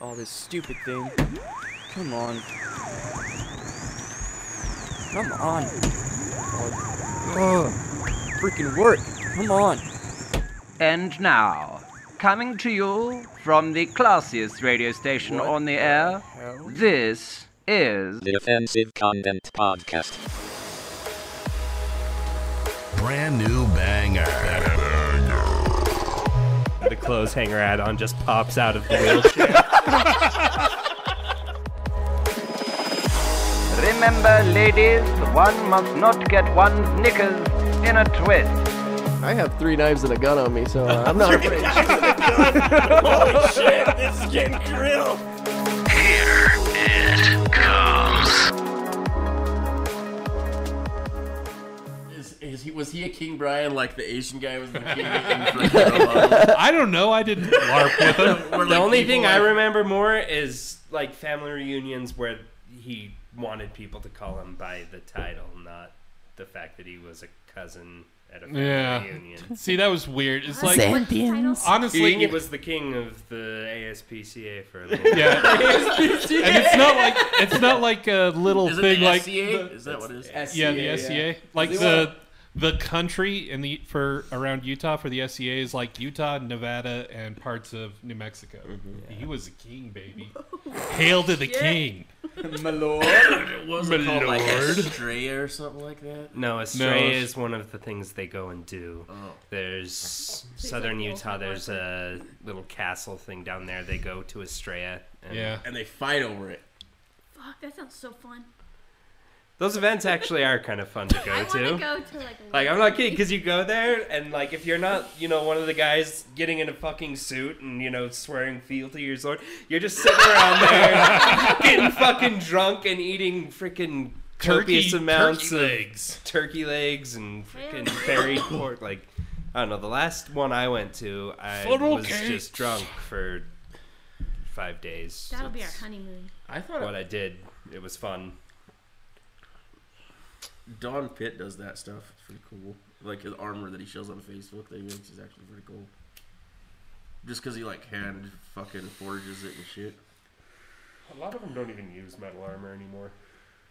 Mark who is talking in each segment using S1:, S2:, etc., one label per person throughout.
S1: Oh, this stupid thing. Come on. Come on. Oh, ugh. Freaking work. Come on.
S2: And now, coming to you from the classiest radio station
S1: What
S2: on the
S1: the
S2: air,
S1: hell?
S2: this is.
S3: Defensive Content Podcast.
S4: Brand new banger.
S5: The clothes hanger add-on just pops out of the wheelchair.
S2: Remember, ladies, one must not get one's knickers in a twist.
S6: I have three knives and a gun on me, so uh, I'm not afraid.
S7: Is, is he was he a King Brian like the Asian guy was the king? in Dracula?
S8: I don't know. I didn't LARP with him.
S7: Where,
S5: the
S7: like,
S5: only
S7: people
S5: thing
S7: are-
S5: I remember more is like family reunions where he wanted people to call him by the title, not the fact that he was a cousin at a family
S8: Yeah.
S5: reunion.
S8: See, that was weird. It's like honestly,
S5: He was the king of the ASPCA for a little
S8: yeah, and it's not like it's not like a little
S7: Is it
S8: thing
S7: the
S8: like
S7: SCA?
S8: the-
S7: is that what it is?
S8: yeah, the SCA like the the country in the for around Utah for the SCA is like Utah, Nevada, and parts of New Mexico. He was a king, baby. Hail to the king!
S1: My lord.
S7: What was it called like
S8: Milord.
S7: Estrella or something like that?
S5: No, Astray
S8: No, it's-
S5: is one of the things they go and do. There's southern Utah. There's a little castle thing down there. They go to Estrella. And
S8: Yeah,
S7: And they fight over it.
S9: Fuck, that sounds so fun.
S5: Those events actually are kind of fun to go
S9: I want
S5: to.
S9: to go to like.
S5: Like I'm not kidding, because you go there and like if you're not, you know, one of the guys getting in a fucking suit and you know swearing fealty to your sword, you're just sitting around there getting fucking drunk and eating freaking copious amounts of
S8: legs.
S5: turkey legs and freaking berry pork. Like, I don't know. The last one I went to, I
S8: Funnel
S5: was
S8: cakes.
S5: just drunk for five days.
S9: That'll be our
S5: That's
S9: honeymoon.
S7: I thought
S5: what I did. It was fun.
S7: Don Pitt does that stuff. It's pretty cool. Like his armor that he shows on Facebook that he makes is actually pretty cool. Just because he like hand fucking forges it and shit.
S5: A lot of them don't even use metal armor anymore.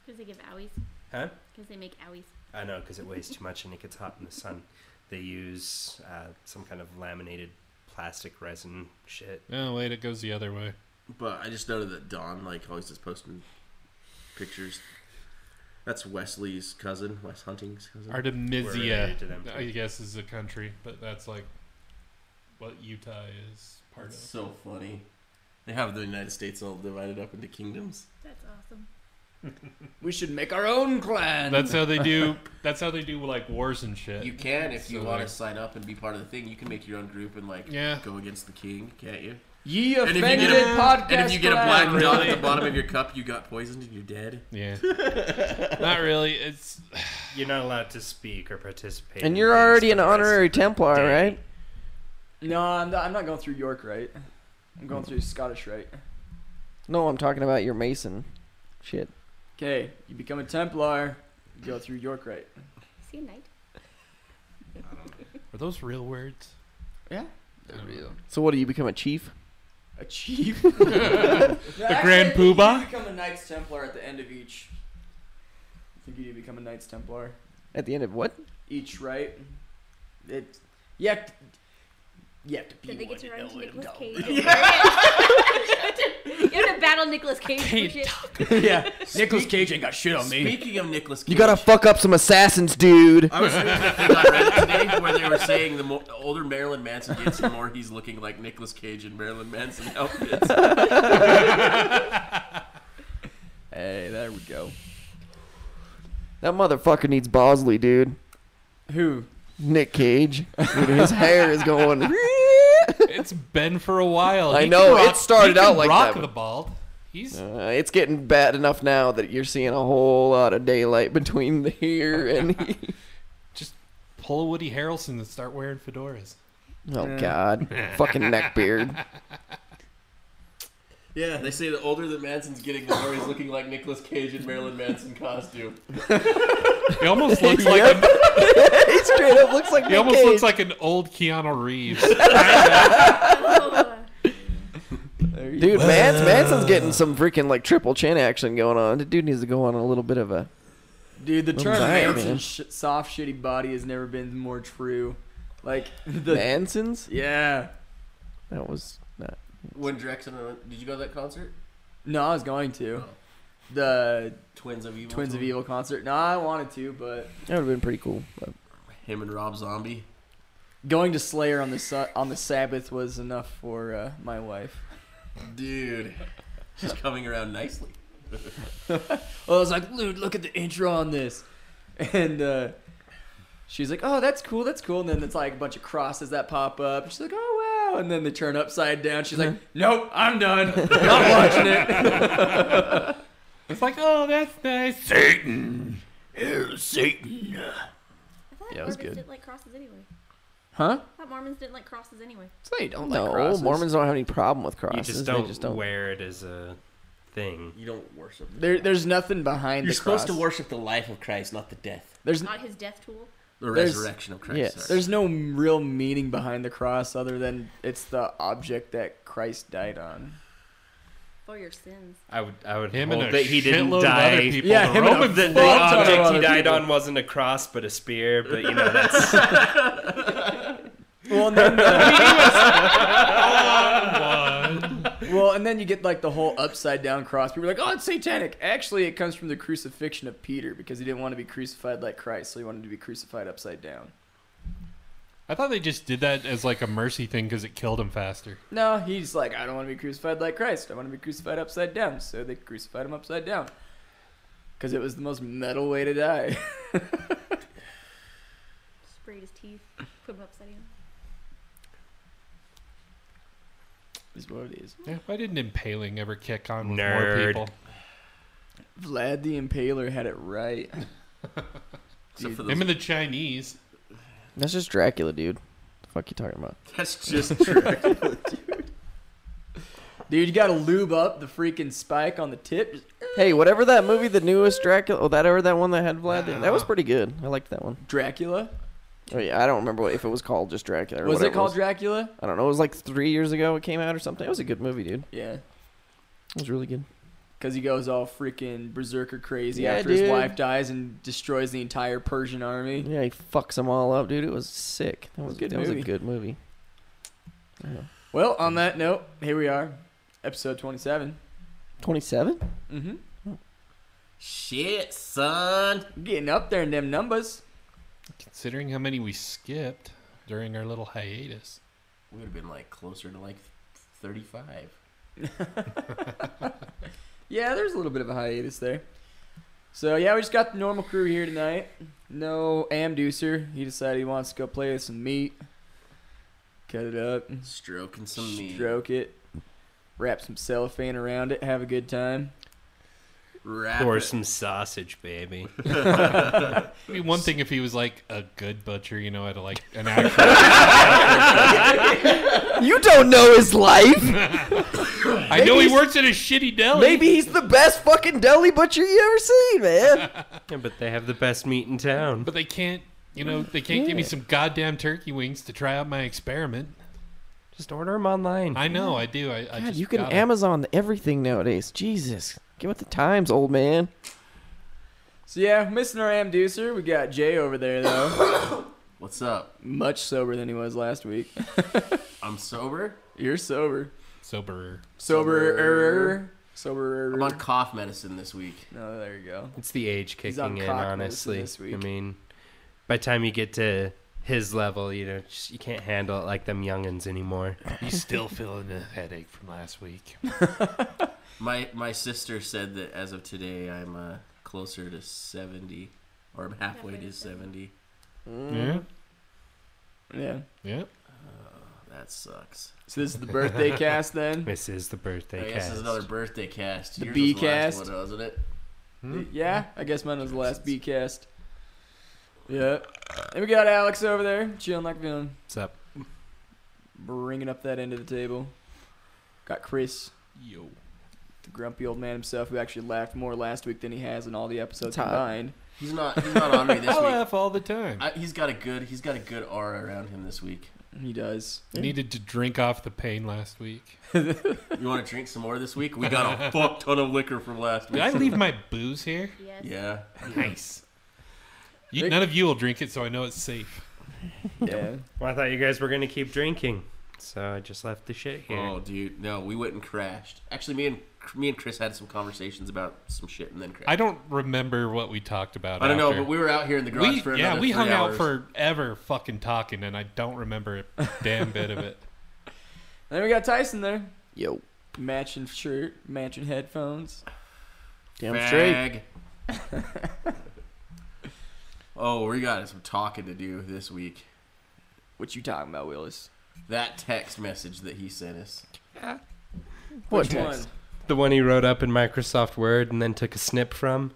S9: Because they give owies.
S5: Huh?
S9: Because they make owies.
S5: I know, because it weighs too much and it gets hot in the sun. They use uh, some kind of laminated plastic resin shit.
S8: No, Oh, wait, it goes the other way.
S7: But I just noted that Don like always is posting pictures. That's Wesley's cousin, Wes Hunting's cousin.
S8: Artemisia,
S5: related to them, too.
S8: I guess, is a country, but that's like what Utah is part
S7: That's
S8: of.
S7: so funny. They have the United States all divided up into kingdoms.
S9: That's awesome.
S6: we should make our own clan.
S8: That's how they do. That's how they do like wars and shit.
S7: You can if you
S8: So
S7: want
S8: weird.
S7: to sign up and be part of the thing. You can make your own group and like
S8: Yeah.
S7: go against the king, can't you?
S6: Ye
S7: And if you get
S6: offended
S7: a-
S6: podcast.
S7: And if you get a black
S6: clan.
S7: dot at the bottom of your cup, you got poisoned and you're dead.
S8: yeah, not really. It's
S5: You're not allowed to speak or participate.
S6: and
S5: in
S6: you're
S5: things
S6: already an
S5: the rest of
S6: honorary
S5: the
S6: Templar,
S5: day.
S6: right?
S1: No, I'm not, I'm not going through York right. I'm going through Scottish right.
S6: No, I'm talking about your Mason. Shit.
S1: Okay, you become a Templar, you go through York right.
S9: See you night.
S8: are those real words?
S1: Yeah.
S6: So what do you become a chief?
S1: A chief.
S8: The Grand Poobah?
S1: You become a Knights Templar at the end of each. I think you do become a Knights Templar.
S6: At the end of what?
S1: Each, right? It. You have to, you have to be
S9: Then they
S1: one
S9: get to run into
S1: know it,
S9: Nicolas
S1: don't.
S9: Cage. you have to battle Nicolas Cage. for shit.
S1: yeah. Nicholas Cage ain't got shit on me.
S7: Speaking of Nicholas,
S6: You gotta fuck up some assassins, dude.
S7: I was reading a thing I read today where they were saying the, more, the older Marilyn Manson gets, the more he's looking like Nicolas Cage in Marilyn Manson outfits.
S1: Hey, there we go.
S6: That motherfucker needs Bosley, dude.
S1: Who?
S6: Nick Cage. Dude, his hair is going.
S8: It's been for a while.
S6: I
S8: He
S6: know,
S8: can
S6: it started
S8: he can
S6: out like
S8: rock
S6: that.
S8: the bald. He's
S6: Uh, it's getting bad enough now that you're seeing a whole lot of daylight between the here and he-
S8: just pull a Woody Harrelson and start wearing fedoras.
S6: oh god, fucking neckbeard.
S7: Yeah, they say the older that Manson's getting, the more he's looking like Nicolas Cage in Marilyn Manson costume.
S8: He almost looks like
S6: Yep.
S8: a,
S6: he straight up looks like
S8: he
S6: Nick
S8: almost
S6: Cage.
S9: uh,
S8: looks like an old Keanu Reeves.
S9: Oh,
S1: There you
S6: Dude, Mans, Manson's getting some freaking like triple chin action going on. The dude needs to go on a little bit of a.
S1: Dude, the term
S6: Right, man.
S1: Manson's sh- soft, shitty body has never been more true. Like the
S6: Manson's?
S1: yeah.
S6: That was not.
S7: When Drex and I went- did you go to that concert?
S1: No, I was going to the
S7: Twins of Evil.
S1: Twins of
S7: tour?
S1: Evil concert. No, I wanted to, but
S6: That would have been pretty cool. But
S7: Him and Rob Zombie.
S1: going to Slayer on the su- on the Sabbath was enough for uh, my wife.
S7: Dude, she's coming around nicely.
S1: I was like, dude, look at the intro on this, and uh, she's like, oh, that's cool, that's cool. And then it's like a bunch of crosses that pop up. She's like, oh wow. And then they turn upside down. She's like, nope, I'm done. Not watching it.
S8: It's like, oh, that's nice.
S9: I thought
S6: Yeah, it was
S9: Mormons
S6: good.
S9: didn't like crosses anyway.
S1: Huh?
S9: I thought Mormons didn't like crosses anyway.
S1: They don't
S6: no,
S1: like crosses.
S6: Mormons don't have any problem with
S5: You
S6: crosses.
S5: just
S6: they
S5: don't,
S6: just don't.
S5: wear it as a thing.
S7: You don't worship. The
S1: There, there's nothing behind
S7: You're
S1: the
S7: supposed to
S1: cross.
S7: worship the life of Christ, not the death.
S1: There's
S9: Not his death tool.
S7: The
S1: There's-
S7: resurrection of Christ.
S6: yes.
S7: sorry.
S1: there's no real meaning behind the cross other than it's the object that Christ died on.
S9: For your sins.
S5: I would, I would
S8: Him and
S5: hope
S8: a
S5: that he didn't
S8: shitload of other
S5: die.
S8: people.
S1: Yeah,
S8: the
S1: him and a
S8: Roman-
S5: The, the
S1: Fuck ton of
S5: object he
S1: other
S5: died
S1: people.
S5: on wasn't a cross, but a spear. But you know, that's
S1: Well, and then uh, well, and then you get like the whole upside down cross. People are like, "Oh, it's satanic." Actually, it comes from the crucifixion of Peter because he didn't want to be crucified like Christ, so he wanted to be crucified upside down.
S8: I thought they just did that as like a mercy thing because it killed him faster.
S1: No, he's like, "I don't want to be crucified like Christ. I want to be crucified upside down." So they crucified him upside down because it was the most metal way to die.
S9: Sprayed his teeth. Put him upside down.
S1: is what it is.
S8: Yeah, why didn't impaling ever kick on with more
S5: Nerd.
S8: people?
S1: Vlad the Impaler had it right.
S7: Except for
S8: Him
S7: those,
S8: and the Chinese.
S6: That's just Dracula, dude. The fuck you talking about?
S7: that's just true.
S1: Dude, you gotta lube up the freaking spike on the tip. Just-
S6: Hey, whatever that movie, the newest Dracula, oh, that ever that one that had Vlad, in it, that was pretty good. I liked that one.
S1: Dracula.
S6: Oh yeah, I don't remember what, if it was called just Dracula. Or
S1: Was
S6: whatever
S1: it called
S6: was.
S1: Dracula?
S6: I don't know. It was like three years ago. It came out or something. It was a good movie, dude.
S1: Yeah.
S6: It was really good.
S1: Because he goes all freaking berserker crazy
S6: Yeah,
S1: after
S6: dude.
S1: his wife dies and destroys the entire Persian army.
S6: Yeah, he fucks them all up, dude. It was sick. That was
S1: a good
S6: That was
S1: movie.
S6: a good movie.
S1: Well, on that note, here we are, episode 27.
S6: Twenty-seven.
S1: Mm-hmm.
S7: Shit, son.
S1: Getting up there in them numbers.
S8: Considering how many we skipped during our little hiatus.
S7: We would have been like closer to like 35.
S1: Yeah, there's a little bit of a hiatus there. So, yeah, we just got the normal crew here tonight. No Amducer. He decided he wants to go play with some meat. Cut it up.
S7: Stroking some meat.
S1: Stroke it. Wrap some cellophane around it. Have a good time.
S7: Wrap
S5: or
S7: it.
S5: some sausage, baby.
S8: It'd be one thing if he was like a good butcher, you know, at a, like an actual.
S6: You don't know his life.
S8: I know he works at a shitty deli.
S6: Maybe he's the best fucking deli butcher you ever seen, man.
S5: Yeah, but they have the best meat in town.
S8: But they can't, you know, they can't give me some goddamn turkey wings to try out my experiment.
S5: Just order them online.
S8: I know, I do. I, I
S6: God,
S8: just
S6: you can
S8: gotta-
S6: Amazon everything nowadays. Jesus, get with the times, old man.
S1: So, yeah, missing our Amducer. We got Jay over there, though.
S7: What's up?
S1: Much sober than he was last week.
S7: I'm sober.
S1: You're sober.
S8: Soberer.
S1: Sober.
S7: I'm on
S1: Sober.
S7: cough medicine this week.
S1: No, there you go.
S5: It's the age
S1: He's on
S5: kicking in,
S1: cock medicine
S5: honestly.
S1: this week.
S5: I mean, by the time you get to his level, you know, just, you can't handle it like them youngins anymore.
S8: He's still feeling the headache from last week.
S7: My my sister said that as of today, I'm uh, closer to 70, or I'm halfway to 70.
S6: Mm.
S8: Yeah,
S1: Yeah.
S8: yeah.
S7: That sucks.
S1: So this is the birthday cast then.
S5: This is the birthday
S7: I guess
S5: cast.
S7: it's another birthday cast.
S1: The
S7: Yours
S1: B
S7: was the last
S1: cast.
S7: one, wasn't it?
S5: Hmm?
S1: Yeah, I guess mine was the last B cast. Yeah. And we got Alex over there, chilling like a villain,
S5: What's up?
S1: bringing up that end of the table. Got Chris,
S8: Yo.
S1: the grumpy old man himself, who actually laughed more last week than he has in all the episodes
S6: Todd.
S1: combined.
S7: He's not. He's not on me this
S8: I
S7: week.
S8: laugh all the time.
S7: I, he's got a good. He's got a good aura around him this week.
S1: He does.
S8: Needed to drink off the pain last week.
S7: You want to drink some more this week? We got a fuck ton of liquor from last
S8: Did
S7: week.
S8: I leave my booze here?
S9: Yes.
S7: Yeah.
S8: Nice. You, none of you will drink it, so I know it's safe.
S1: Yeah.
S5: Well, I thought you guys were gonna keep drinking, so I just left the shit here.
S7: Oh, dude, no, we went and crashed. Actually, me and me and Chris had some conversations about some shit and then crashed.
S8: I don't remember what we talked about.
S7: I don't know,
S8: after.
S7: but we were out here in the garage
S8: We-
S7: for another
S8: yeah, we
S7: three
S8: hung
S7: hours.
S8: out forever, fucking talking, and I don't remember a damn bit of it.
S1: Then we got Tyson there.
S6: Yo,
S1: Matching shirt, matching headphones.
S6: damn straight.
S7: Fag. oh, we got some talking to do this week.
S1: What you talking about, Willis?
S7: That text message that he sent us.
S6: What
S1: Which one?
S6: text?
S5: The one he wrote up in Microsoft Word and then took a snip from.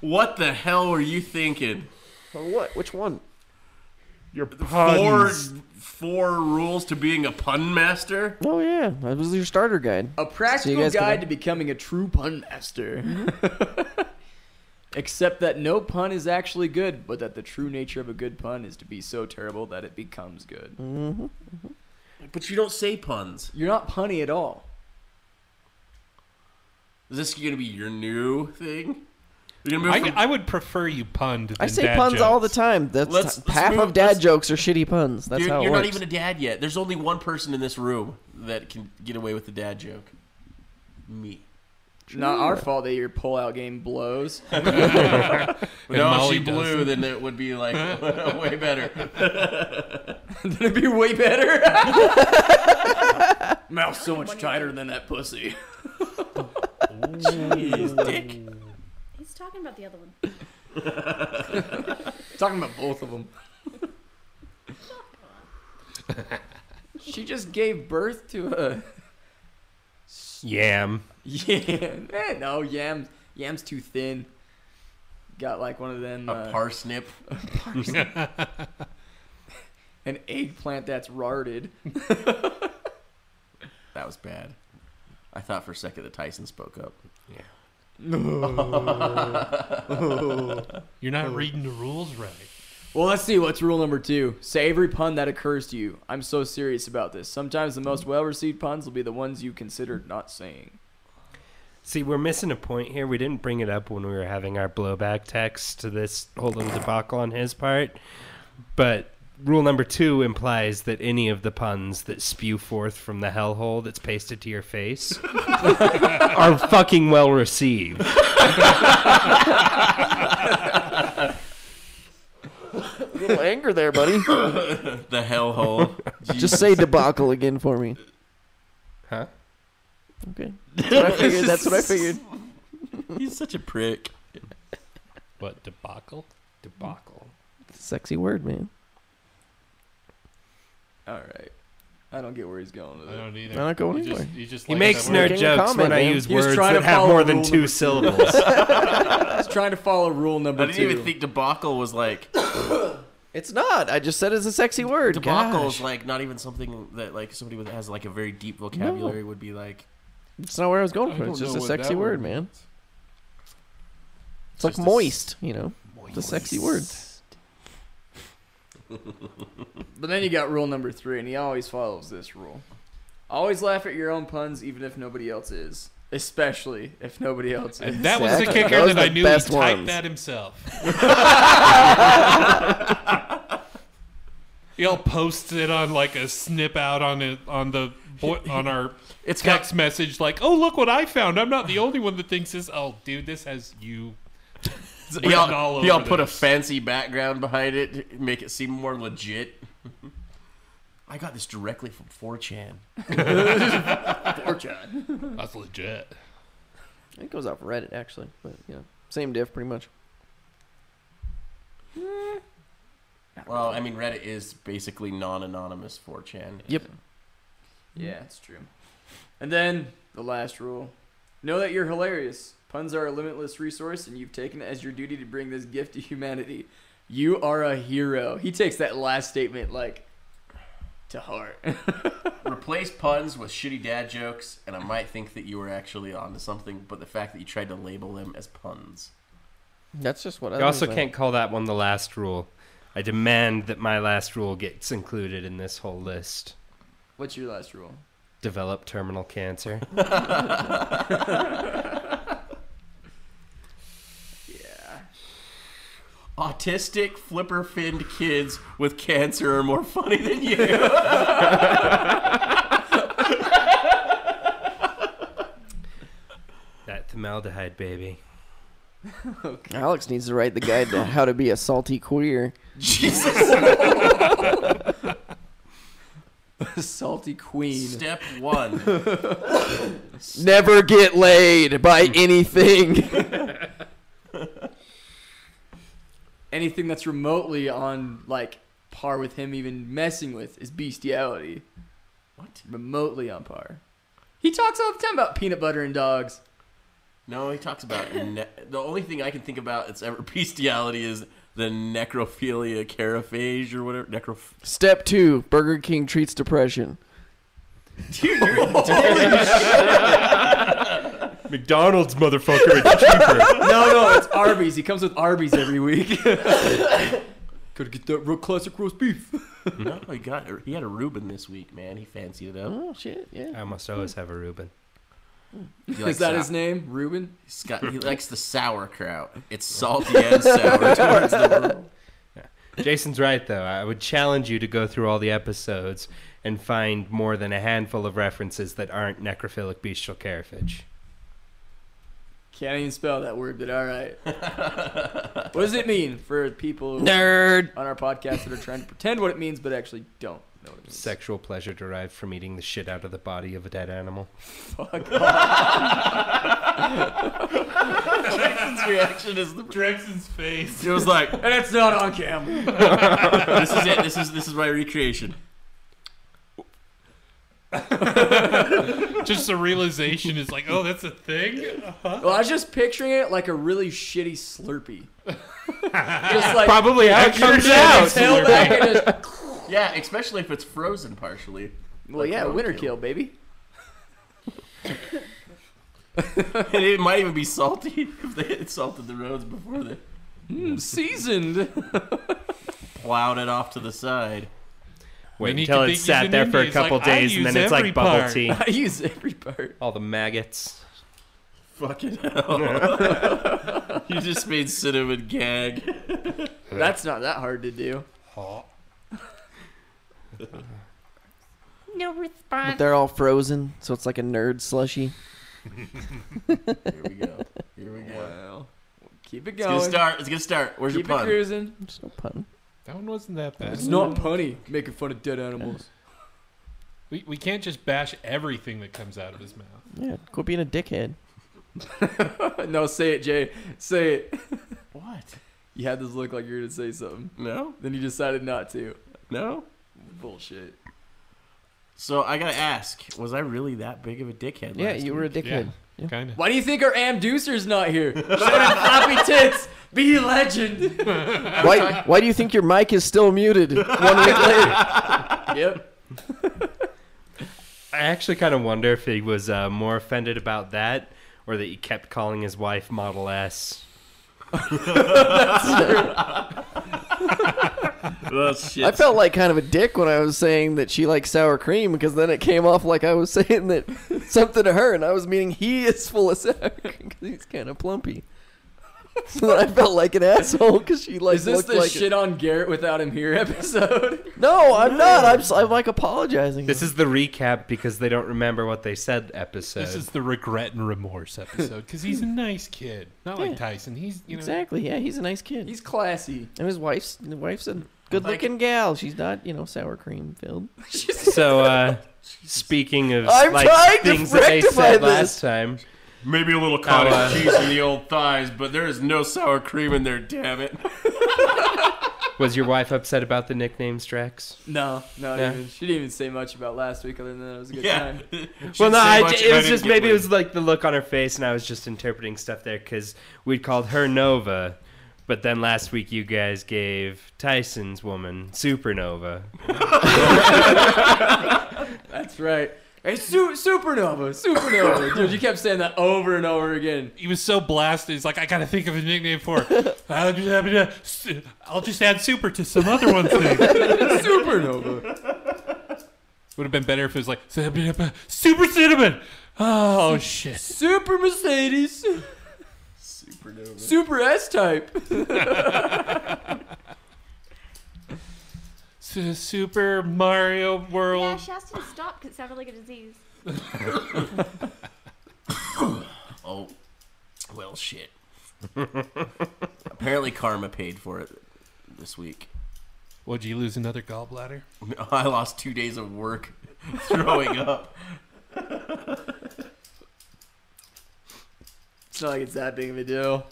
S7: What the hell were you thinking?
S6: Or what? Which one?
S5: Your
S7: Four, four rules to being a pun master?
S6: Oh yeah, that was your starter guide.
S1: A practical
S6: guys can-
S1: guide to becoming a true pun master.
S6: Mm-hmm.
S1: Except that no pun is actually good, but that the true nature of a good pun is to be so terrible that it becomes good.
S6: Mm-hmm.
S7: But you don't say puns.
S1: You're not punny at all.
S7: Is this going to be your new thing? You're going to move
S8: I,
S7: from
S8: I would prefer you punned. Than
S6: I say
S8: dad
S6: puns all the
S8: jokes.
S6: time. That's
S7: Let's- let's
S6: half
S7: move-
S6: of dad
S7: let's-
S6: jokes are shitty puns. That's
S7: Dude,
S6: how it
S7: you're
S6: works.
S7: not even a dad yet. There's only one person in this room that can get away with the dad joke. Me.
S1: Not our fault that your pullout game blows.
S7: No,
S8: Molly
S7: if she blew,
S8: doesn't.
S7: then it would be like way better.
S1: then it'd be way better. Mouth so much tighter than that pussy. Jeez, dick.
S9: He's talking about the other one.
S1: Talking about both of them. she just gave birth to a.
S5: Yam.
S1: Yam. Eh, no, yams. Yam's too thin. Got like one of them.
S7: A
S1: Uh,
S7: parsnip.
S1: an eggplant that's rotted.
S7: That was bad. I thought for a second that Tyson spoke up.
S8: You're not reading the rules right.
S1: Well, let's see. What's rule number two? Say every pun that occurs to you. I'm so serious about this. Sometimes the
S7: Mm.
S1: most well received puns will be the ones you considered not saying.
S5: See, we're missing a point here. We didn't bring it up when we were having our blowback text to this whole little debacle on his part. But rule number two implies that any of the puns that spew forth from the hellhole that's pasted to your face are fucking well received.
S6: a little anger there, buddy.
S7: The hellhole.
S6: Just say debacle again for me.
S5: Huh?
S6: Okay. That's what I figured. That's what I figured.
S7: He's such a prick.
S8: What debacle?
S5: Debacle.
S6: Sexy word, man.
S1: All right. I don't get where he's going with
S8: I
S1: it.
S8: don't either.
S6: I'm not going
S8: You just,
S6: anywhere.
S8: you just
S5: He
S8: like
S5: makes
S8: that word.
S5: nerd
S6: Making a
S5: jokes
S6: comment,
S5: when I
S6: man.
S5: use
S1: He was
S5: words
S1: trying
S5: that
S1: to
S5: have
S1: follow
S5: more than
S1: rule
S5: two
S1: number two.
S5: syllables.
S1: He's trying to follow rule number
S7: I didn't
S1: two.
S7: even think debacle was like
S6: It's not. I just said it's a sexy word.
S7: debacle is
S6: Gosh.
S7: like not even something that like somebody with has like a very deep vocabulary would be like.
S6: It's not where I was going
S8: I
S6: for.
S8: don't
S6: It's just
S8: know
S6: a
S8: what
S6: sexy
S8: that
S6: word, man.
S8: means.
S6: It's like
S7: Just a s-
S6: moist, you know. It's a sexy word.
S1: But then you got rule number three, and he always follows this rule. Always laugh at your own puns, even if nobody else is. Especially if nobody else is.
S8: And that was the
S6: Exactly.
S8: kicker
S6: Those are
S8: that I
S6: the
S8: knew he
S6: best
S8: typed
S6: ones.
S8: that himself. He'll post it on like a snip out on it on the bo- on our
S7: It's got
S8: text message like, "Oh, look what I found! I'm not the only one that thinks this." Oh, dude, this has you.
S7: Y'all,
S8: written all over
S7: y'all put a
S8: this.
S7: fancy background behind it, to make it seem more legit. I got this directly from 4chan.
S8: That's legit.
S6: It goes off Reddit actually, but you know, same diff pretty much.
S7: Well, I mean, Reddit is basically non-anonymous 4chan.
S6: Yep.
S1: Yeah, it's true. And then the last rule know that you're hilarious. Puns are a limitless resource, and you've taken it as your duty to bring this gift to humanity. You are a hero. He takes that last statement like to heart.
S7: Replace puns with shitty dad jokes, and I might think that you were actually onto something, but the fact that you tried to label them as puns.
S6: That's just what I
S5: You also
S6: think.
S5: can't call that one the last rule. I demand that my last rule gets included in this whole list.
S1: What's your last rule?
S5: Develop terminal cancer.
S7: Autistic, flipper finned kids with cancer are more funny than you.
S5: that formaldehyde, baby.
S6: Alex needs to write the guide to how to be a salty queer.
S7: Jesus.
S1: Salty queen.
S7: Step one.
S6: Never get laid by anything.
S1: Anything that's remotely on like par with him even messing with is bestiality.
S7: What?
S1: Remotely on par. He talks all the time about peanut butter and dogs.
S7: No, he talks about ne- the only thing I can think about that's ever bestiality is the necrophilia caraphage or whatever. Necro.
S6: Step two: Burger King treats depression.
S5: McDonald's, motherfucker, it's cheaper.
S1: No, no, it's Arby's. He comes with Arby's every week. Gotta get that real classic roast beef.
S7: no, he got he had a Reuben this week, man. He fancied it up.
S6: Oh shit! Yeah.
S5: I almost always have a Reuben.
S7: He
S1: Is
S7: likes
S1: that
S7: sou-
S1: his name? Reuben?
S7: he's got- he likes the sauerkraut. It's salty and sour towards the.
S5: Jason's right, though. I would challenge you to go through all the episodes and find more than a handful of references that aren't necrophilic bestial carriage.
S1: Can't even spell that word, but all right. what does it mean for people
S6: Nerd.
S1: on our podcast that are trying to pretend what it means but actually don't know what it means?
S5: Sexual pleasure derived from eating the shit out of the body of a dead animal.
S1: Fuck off.
S7: His reaction is the.
S8: Drexen's face.
S7: It was like
S1: And it's not on camera.
S7: this is it. This is this is my recreation.
S8: Just a realization is like, oh, that's a thing.
S1: Well, I was just picturing it like a really shitty Slurpee. just like
S5: Probably how it comes out.
S1: tail back and just.
S7: Yeah, especially if it's frozen partially.
S1: Well, yeah, winter kill, baby.
S7: And it might even be salty if they had salted the roads before they
S1: seasoned.
S7: plowed it off to the side.
S5: Wait
S8: And he
S5: until
S8: could
S5: it's
S8: be
S5: sat
S8: using
S5: there for a
S8: Indies, like,
S5: couple
S8: I
S5: days and then
S8: use
S5: it's like
S8: every
S5: bubble
S8: part.
S5: tea.
S1: I use every part.
S5: All the maggots.
S7: Fucking hell. you just made cinnamon gag.
S1: That's not that hard to do.
S9: No
S6: But
S9: response.
S6: they're all frozen, so it's like a nerd slushy.
S7: Here we go. Here we go.
S1: Well, keep it
S7: It's gonna
S1: going.
S7: start. It's gonna start. Where's
S1: Keep
S7: your
S1: it
S7: pun?
S1: cruising.
S6: There's no pun.
S8: That one wasn't that bad.
S1: It's not punny. Making fun of dead animals.
S8: We, we can't just bash everything that comes out of his mouth.
S6: Yeah, quit being a dickhead.
S1: no, say it, Jay. Say it.
S7: What?
S1: You had this look like you were gonna say something.
S7: No,
S1: Then you decided not to.
S7: no.
S1: Bullshit.
S7: So I gotta ask: Was I really that big of a dickhead?
S6: Yeah,
S7: last
S6: you were a
S7: week?
S6: dickhead.
S8: Yeah, kind of.
S1: Why do you think our Amducer's not here? Showing floppy tits. Be a legend.
S6: Why? Why do you think your mic is still muted one week later?
S1: yep.
S5: I actually kind of wonder if he was uh, more offended about that or that he kept calling his wife Model S.
S7: Oh shit!
S6: I felt like kind of a dick when I was saying that she likes sour cream because then it came off like I was saying that something to her, and I was meaning he is full of sour cream because he's kind of plumpy. So then I felt like an asshole because she like
S1: Is this
S6: looked
S1: the
S6: like it.
S1: shit on Garrett without him here episode?
S6: No, I'm not. I'm, s- I'm like apologizing.
S5: This is the recap because they don't remember what they said episode.
S8: This is the regret and remorse episode because he's a nice kid, not like Tyson. He's you know
S6: exactly. Yeah, he's a nice kid.
S1: He's classy.
S6: and his wife's his wife's a good-looking gal. She's not, you know, sour cream filled.
S5: so, uh, speaking of
S6: I'm trying
S5: like,
S6: to
S5: things that they
S6: rectify this.
S5: said last time,
S7: maybe a little cottage
S5: Oh, uh,
S7: cheese in the old thighs, but there is no sour cream in there. Damn it!
S5: was your wife upset about the nickname Strax?
S1: No, not
S5: Yeah.
S1: even. She didn't even say much about last week other than that it was a good
S7: Yeah.
S1: time.
S5: well,
S7: Shouldn't say
S5: no, I,
S7: much if
S5: it
S7: I
S5: was
S7: didn't
S5: just
S7: get
S5: maybe it
S7: laid.
S5: was like the look on her face, and I was just interpreting stuff there because we'd called her Nova, but then last week you guys gave Tyson's woman Supernova.
S1: That's right. Hey, su- supernova, supernova, dude! You kept saying that over and over again.
S8: He was so blasted. He's like, I gotta think of a nickname for it. I'll just, I'll just add super to some other one thing.
S1: Supernova.
S8: Would have been better if it was like super cinnamon. Oh shit!
S1: Super Mercedes.
S7: Supernova.
S1: Super S type.
S8: Su- Super Mario
S9: Yeah,
S8: World.
S9: Shasta, stop because it sounded like a disease.
S7: Oh, well, shit. Apparently, karma paid for it this week.
S8: Would you lose another gallbladder?
S7: I lost two days of work throwing up.
S1: It's not like it's that big of a deal.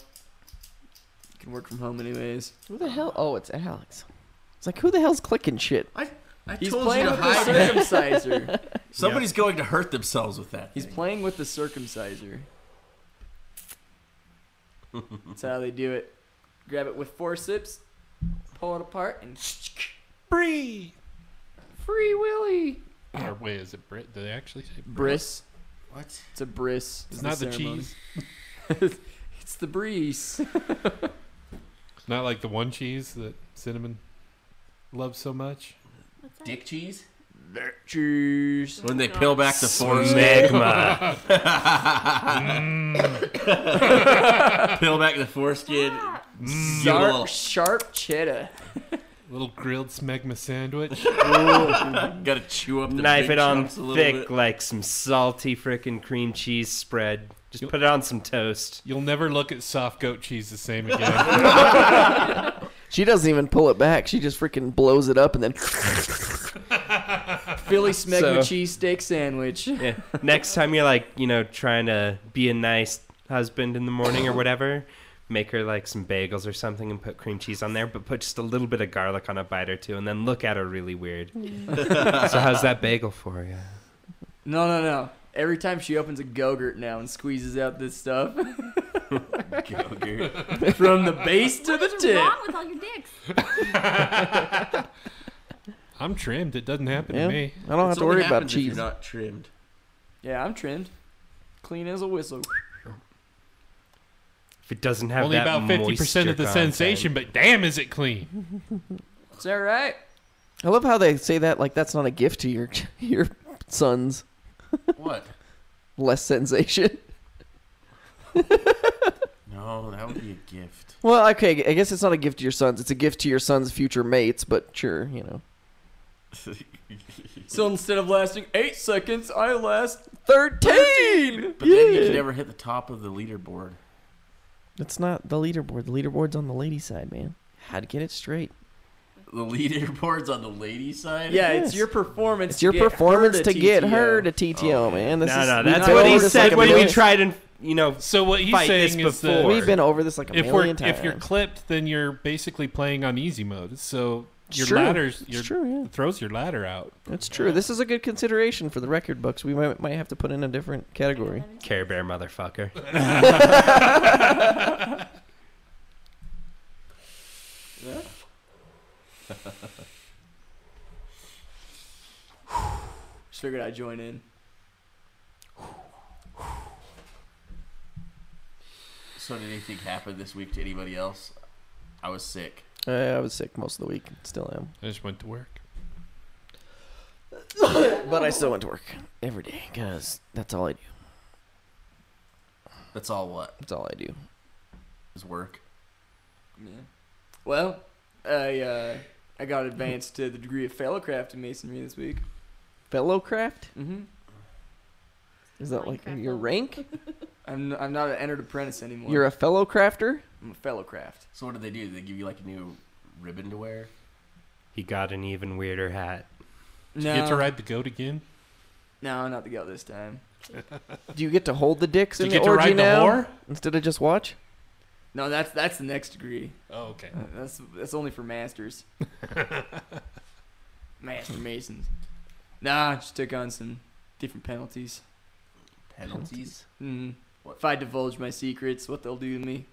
S1: You can work from home anyways.
S6: Who the hell? Oh, it's Alex. It's like who the hell's clicking shit?
S7: I, I
S1: He's
S7: told you
S1: playing
S7: to
S1: with the
S7: hide it.
S1: circumciser.
S7: Somebody's going to hurt themselves with that.
S1: He's
S7: thing.
S1: playing with the circumciser. That's how they do it. Grab it with forceps, pull it apart, and
S8: Free.
S1: free Willy.
S8: Or wait, is it Brit? Do they actually say
S1: Briss.
S7: What?
S1: It's a briss.
S8: It's not the
S1: ceremony.
S8: cheese.
S1: It's the breeze.
S8: It's not like the one cheese that cinnamon loves so much.
S9: What's that?
S7: Dick cheese?
S1: Cheers.
S7: When they peel back the force.
S5: Smegma.
S7: Mm. peel back the foreskin.
S9: Stop.
S7: give it a
S1: Sharp,
S7: little-
S1: sharp cheddar.
S8: Little grilled smegma sandwich.
S7: Gotta chew up the
S5: Knife
S7: big
S5: it on
S7: chunks a little
S5: thick
S7: bit.
S5: like some salty frickin' cream cheese spread. Just put it on some toast.
S8: You'll never look at soft goat cheese the same again.
S6: She doesn't even pull it back. She just freaking blows it up and then
S1: Philly smegma
S5: So-
S1: cheese steak sandwich.
S5: Yeah. Next time you're like, you know, trying to be a nice husband in the morning or whatever, make her like some bagels or something and put cream cheese on there, but put just a little bit of garlic on a bite or two and then look at her really weird.
S7: Mm.
S5: so how's that bagel for you?
S1: No, no, no. Every time she opens a Go-Gurt now and squeezes out this stuff
S7: Yogurt.
S1: from the base to the
S9: What's
S1: tip.
S9: wrong with all your dicks?
S8: I'm trimmed. It doesn't happen
S6: Yeah.
S8: to me.
S6: I don't have
S7: That's
S6: to
S7: only
S6: worry about
S7: happens if
S6: cheese.
S7: You're not trimmed.
S1: Yeah, I'm trimmed. Clean as a whistle.
S5: If it doesn't have
S8: Only
S5: that
S8: about fifty percent
S5: moisture
S8: of the
S5: content.
S8: sensation, but damn, is it clean.
S1: Is that right?
S6: I love how they say that like that's not a gift to your your sons.
S7: What?
S6: Less sensation.
S7: No, that would be a gift.
S6: Well, okay, I guess it's not a gift to your sons. It's a gift to your son's future mates, but sure, you know.
S1: So instead of lasting eight seconds, I last 13!
S7: But then you could never hit the top of the leaderboard.
S6: It's not the leaderboard. The leaderboard's on the lady side, man. How to get it straight.
S7: The leaderboard's on the lady side.
S1: Yeah,
S6: Yes.
S1: it's your performance.
S6: It's your
S1: to get her
S6: performance to, get
S1: TTO.
S6: her to TTO,
S7: Oh,
S6: man. This
S5: No,
S6: is,
S5: no,
S6: we've
S5: that's
S6: been
S5: what he
S6: over this
S5: said
S6: like a
S5: when we
S6: million-
S5: tried and you know
S8: So what he's
S5: Fight this
S8: saying is that
S5: before.
S6: We've been over this like a
S8: if we're
S6: million times.
S8: if you're clipped, then you're basically playing on easy mode. So
S6: It's
S8: your
S6: true.
S8: ladders
S6: It's
S8: your
S6: true, yeah.
S8: throws your ladder out.
S6: That's true. This is a good consideration for the record books. We might might have to put in a different category.
S5: Care Bear motherfucker.
S1: Just figured I'd join in.
S7: So did anything happen this week to anybody else? I was sick.
S6: Uh, I was sick most of the week. Still am.
S8: I just went to work.
S6: But I still went to work every day because that's all I do.
S7: That's all. What
S6: That's all I do.
S7: is work?
S1: Yeah. Well, I uh, I got advanced to the degree of fellowcraft in masonry this week.
S6: Fellowcraft?
S1: Mm-hmm.
S6: Is that like
S9: Minecraft
S6: your
S9: fellow.
S6: rank?
S1: I'm I'm not an entered apprentice anymore.
S6: You're a fellow crafter?
S1: I'm a fellowcraft.
S7: So what did they do? Did they give you like a new ribbon to wear?
S5: He got an even weirder hat.
S8: Did you get to ride the goat again?
S1: no, not the goat this time.
S6: Do you get to hold the dicks
S8: Did
S6: in
S8: you
S6: the
S8: get to
S6: orgy
S8: ride the
S6: now
S8: whore?
S6: instead of just watch?
S1: No, that's that's the next degree.
S8: Oh, okay.
S1: Uh, That's that's only for masters. Master masons. Nah, just took on some different penalties.
S7: Penalties.
S1: Mm.
S7: What?
S1: If I divulge my secrets, what they'll do to me?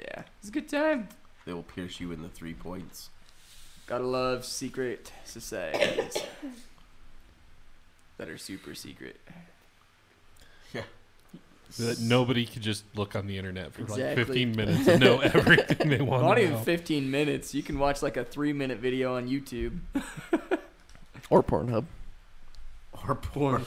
S1: yeah, it's a good time.
S7: They will pierce you in the three points.
S1: Gotta love secret societies that are super secret.
S8: So that nobody could just look on the internet for like
S1: Exactly.
S8: 15 minutes and know everything they want
S1: Not
S8: to
S1: even
S8: know.
S1: 15 minutes. You can watch like a three minute video on YouTube.
S6: Or Pornhub.
S7: Or porn.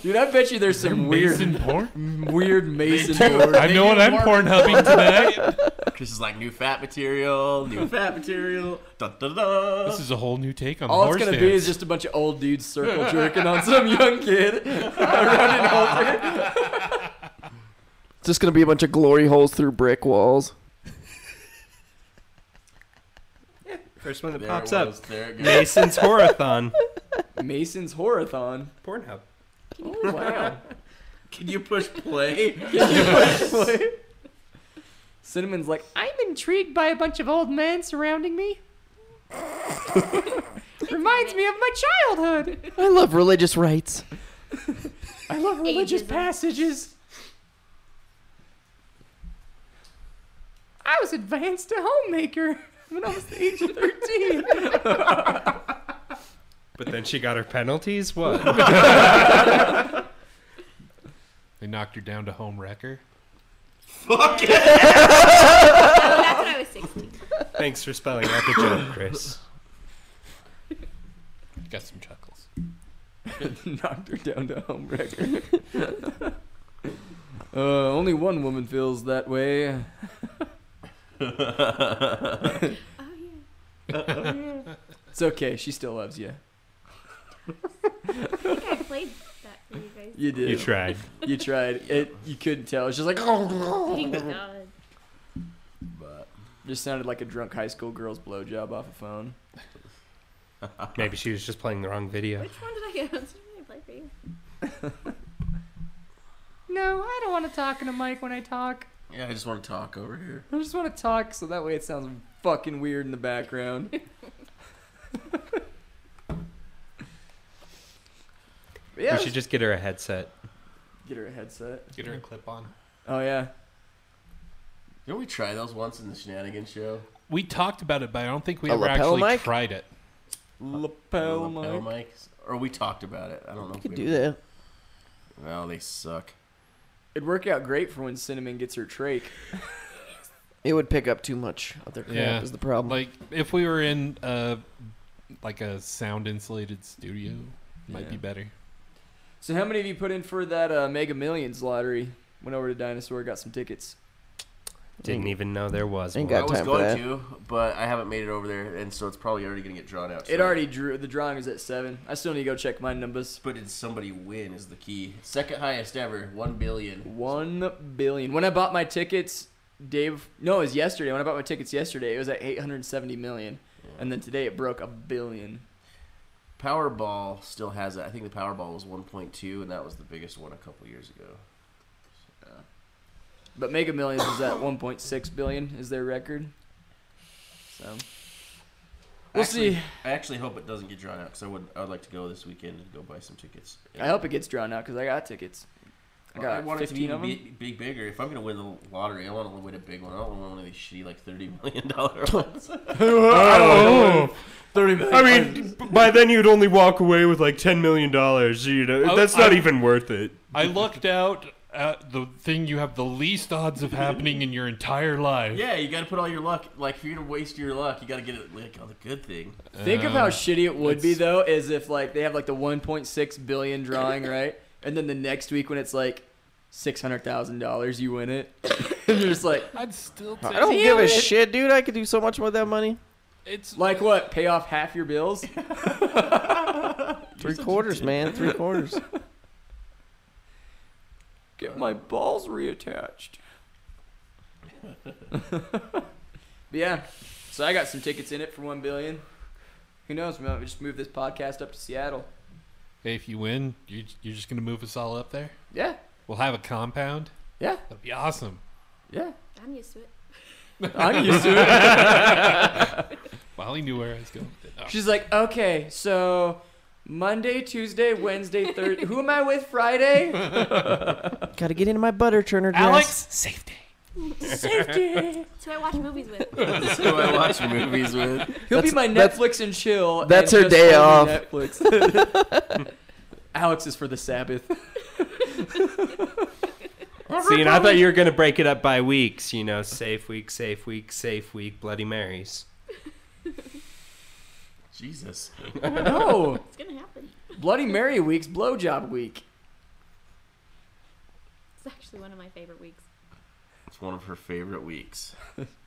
S1: Dude, I bet you there's some
S8: Mason
S1: weird,
S8: porn?
S1: weird Mason board.
S8: I know what I'm porn hubbing tonight.
S7: Chris is like new fat material, new fat material. Da da da.
S8: This is a whole new take on
S1: All
S8: horse
S1: it's gonna
S8: dance.
S1: be is just a bunch of old dudes circle jerking on some young kid. running over.
S6: It's just gonna be a bunch of glory holes through brick walls.
S5: First one that
S7: there
S5: pops
S7: it
S5: up.
S7: was. There it goes.
S5: Mason's Horathon.
S1: Mason's Horathon.
S5: Pornhub.
S1: Wow.
S7: Can you push play?
S1: Cinnamon's like, I'm intrigued by a bunch of old men surrounding me. Reminds me of my childhood.
S6: I love religious rights.
S1: I love religious
S9: Ageism.
S1: passages. I was advanced a homemaker when I was the age of 13.
S5: But then she got her penalties. What?
S8: They knocked her down to home wrecker.
S9: Oh, that's when I was 16.
S5: Thanks for spelling out the joke, Chris.
S8: Got some chuckles.
S1: knocked her down to home wrecker. uh, only one woman feels that way.
S9: Oh, yeah.
S1: It's okay. She still loves you.
S9: I think I played that for you guys.
S1: You did.
S5: You tried.
S1: You tried. It, you couldn't tell. It's just like, oh.
S9: Thank God.
S1: Just sounded like a drunk high school girl's blowjob off a phone.
S5: Maybe she was just playing the wrong video.
S9: Which one did I get? Which one did I play for you?
S1: No, I don't want to talk in a mic when I talk.
S7: yeah, I just want to talk over here.
S1: I just want to talk so that way it sounds fucking weird in the background. yeah,
S5: We should just get her a headset.
S1: get her a headset.
S8: Get her a clip on.
S1: Oh yeah,
S7: Didn't we try those once in the shenanigan show?
S8: We talked about it, but I don't think we
S6: A
S8: ever
S6: lapel
S8: actually
S6: mic?
S8: tried it.
S1: lapel
S7: Lapel
S1: mic.
S7: mics? Or we talked about it. I don't know.
S6: You could
S7: if
S6: do that.
S7: Well, they suck.
S1: It'd work out great for when Cinnamon gets her trach.
S6: It would pick up too much other crap
S8: Yeah.
S6: is the problem.
S8: Like if we were in a like a sound insulated studio, it might be
S1: Yeah.
S8: better.
S1: So how many of you put in for that uh, Mega Millions lottery? Went over to Dinosaur, got some tickets.
S5: Didn't even know there was
S6: Ain't
S5: one.
S6: got
S7: I was
S6: time for
S7: going
S6: that.
S7: to, but I haven't made it over there, and so it's probably already going to get drawn out.
S1: It
S7: so-
S1: already drew. The drawing is at seven. I still need to go check my numbers.
S7: But did somebody win is the key. Second highest ever, 1 billion.
S1: One billion. When I bought my tickets, Dave. No, it was yesterday. When I bought my tickets yesterday, it was at 870 million, and then today it broke a billion.
S7: Powerball still has it. I think the Powerball was 1.2, and that was the biggest one a couple years ago.
S1: But Mega Millions is at 1.6 billion. Is their record? So we'll
S7: Actually-
S1: see.
S7: I actually hope it doesn't get drawn out because I would I would like to go this weekend and go buy some tickets.
S1: I hope it gets drawn out because I got tickets. I
S7: Well, I
S1: got
S7: want it to
S1: 15
S7: be
S1: of them.
S7: big, big bigger. If I'm gonna win the lottery, I want to win a big one. I don't want one of these shitty like thirty million dollar ones.
S5: Oh,
S1: Thirty million.
S5: I mean, by then you'd only walk away with like ten million dollars. You know,
S8: Oh,
S5: that's not
S8: I-
S5: even worth it.
S8: I looked out at the thing you have the least odds of happening in your entire life.
S7: yeah, you gotta put all your luck. Like if you're gonna waste your luck, you gotta get it like on the good thing.
S1: Think of how shitty it would be
S8: it's-
S1: though, is if like they have like the 1.6 billion drawing, right? And then the next week when it's like six hundred thousand dollars, you win it, and you're just like,
S8: I'd still take
S6: I don't
S1: Damn
S6: give a
S1: it.
S6: shit, dude. I could do so much with that money.
S8: it's
S1: like what? Pay off half your bills?
S6: Three quarters, man. Three quarters.
S1: Get my balls reattached. but yeah, so I got some tickets in it for one billion. Who knows? We might just move this podcast up to Seattle.
S8: Hey, if you win, you you're just gonna move us all up there.
S1: Yeah,
S8: We'll have a compound.
S1: yeah,
S8: That'd be awesome.
S1: yeah.
S9: I'm used to it.
S1: I'm used to it.
S8: Molly knew where I was going. With it. Oh.
S1: She's like, okay, so Monday, Tuesday, Wednesday, Thursday. Who am I with Friday?
S6: Gotta get into my butter churner dress.
S8: Alex, safety.
S9: That's who I watch movies with.
S7: That's who I watch movies with.
S1: He'll
S6: That's-
S1: be my
S6: that's-
S1: Netflix and chill.
S6: that's
S1: and
S6: her
S1: just
S6: day
S1: only Netflix. Alex is for the Sabbath.
S5: See, and I thought you were gonna break it up by weeks. You know, safe week, safe week, safe week, Bloody Marys.
S7: Jesus.
S1: no,
S9: It's gonna happen.
S1: Bloody Mary week's blowjob week.
S9: It's actually one of my favorite weeks.
S7: It's one of her favorite weeks.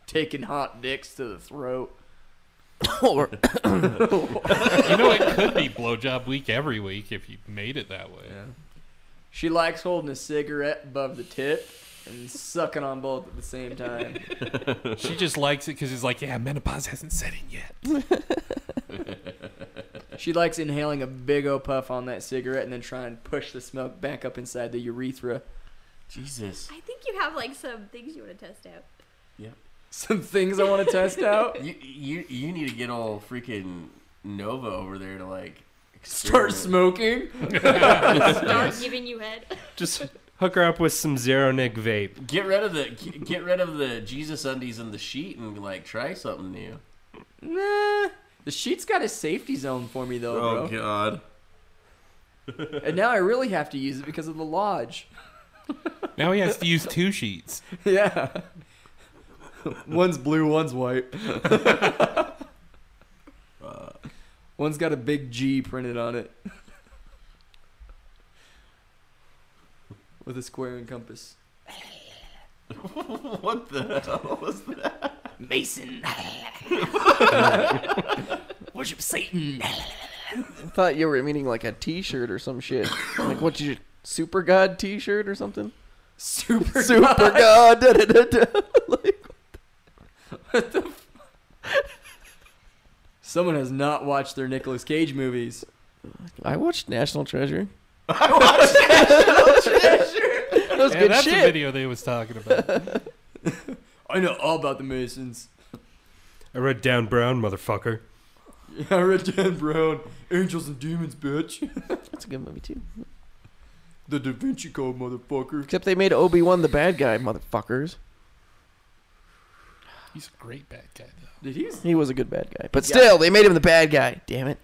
S1: Taking hot dicks to the throat.
S6: Or-
S8: You know, it could be blowjob week every week if you made it that way.
S1: She likes holding a cigarette above the tip and sucking on both at the same time.
S8: She just likes it because it's like, yeah, menopause hasn't set in yet.
S1: She likes inhaling a big o puff on that cigarette and then trying to push the smoke back up inside the urethra.
S7: Jesus.
S9: I think you have like some things you want to test out.
S1: Some things I want to test out.
S7: You you you need to get all freaking Nova over there to like
S1: Start
S7: experiment.
S1: smoking.
S9: Start giving you head.
S5: Just hook her up with some Zero Nick vape.
S7: Get rid of the get- get rid of the Jesus undies and the sheet and like try something new.
S1: Nah. The sheet's got a safety zone for me
S7: Oh,
S1: though, bro.
S7: God.
S1: And now I really have to use it because of the lodge.
S8: Now he has to use two sheets.
S1: Yeah. one's blue, one's white. Uh, one's got a big G printed on it. With a square and compass.
S7: What the hell was that?
S1: Mason. Worship Satan.
S6: I thought you were meaning like a T-shirt or some shit. Like what you super god T-shirt or something.
S1: Super.
S6: Super god. Da, da, da, da. Like,
S1: Someone has not watched their Nicolas Cage movies.
S6: I watched National Treasure. I watched National Treasure. that was
S8: Yeah,
S6: good
S8: that's
S6: shit.
S8: the video they was talking about.
S1: I know all about the Masons.
S5: I wrote down Brown, motherfucker.
S1: Yeah, I read Dan Brown. Angels and demons, bitch.
S6: That's a good movie too.
S1: The Da Vinci Code, motherfucker.
S6: Except they made Obi Wan the bad guy, motherfuckers.
S8: He's a great bad guy, though.
S1: Did he?
S6: He was a good bad guy, but
S1: Yeah.
S6: still, they made him the bad guy. Damn it!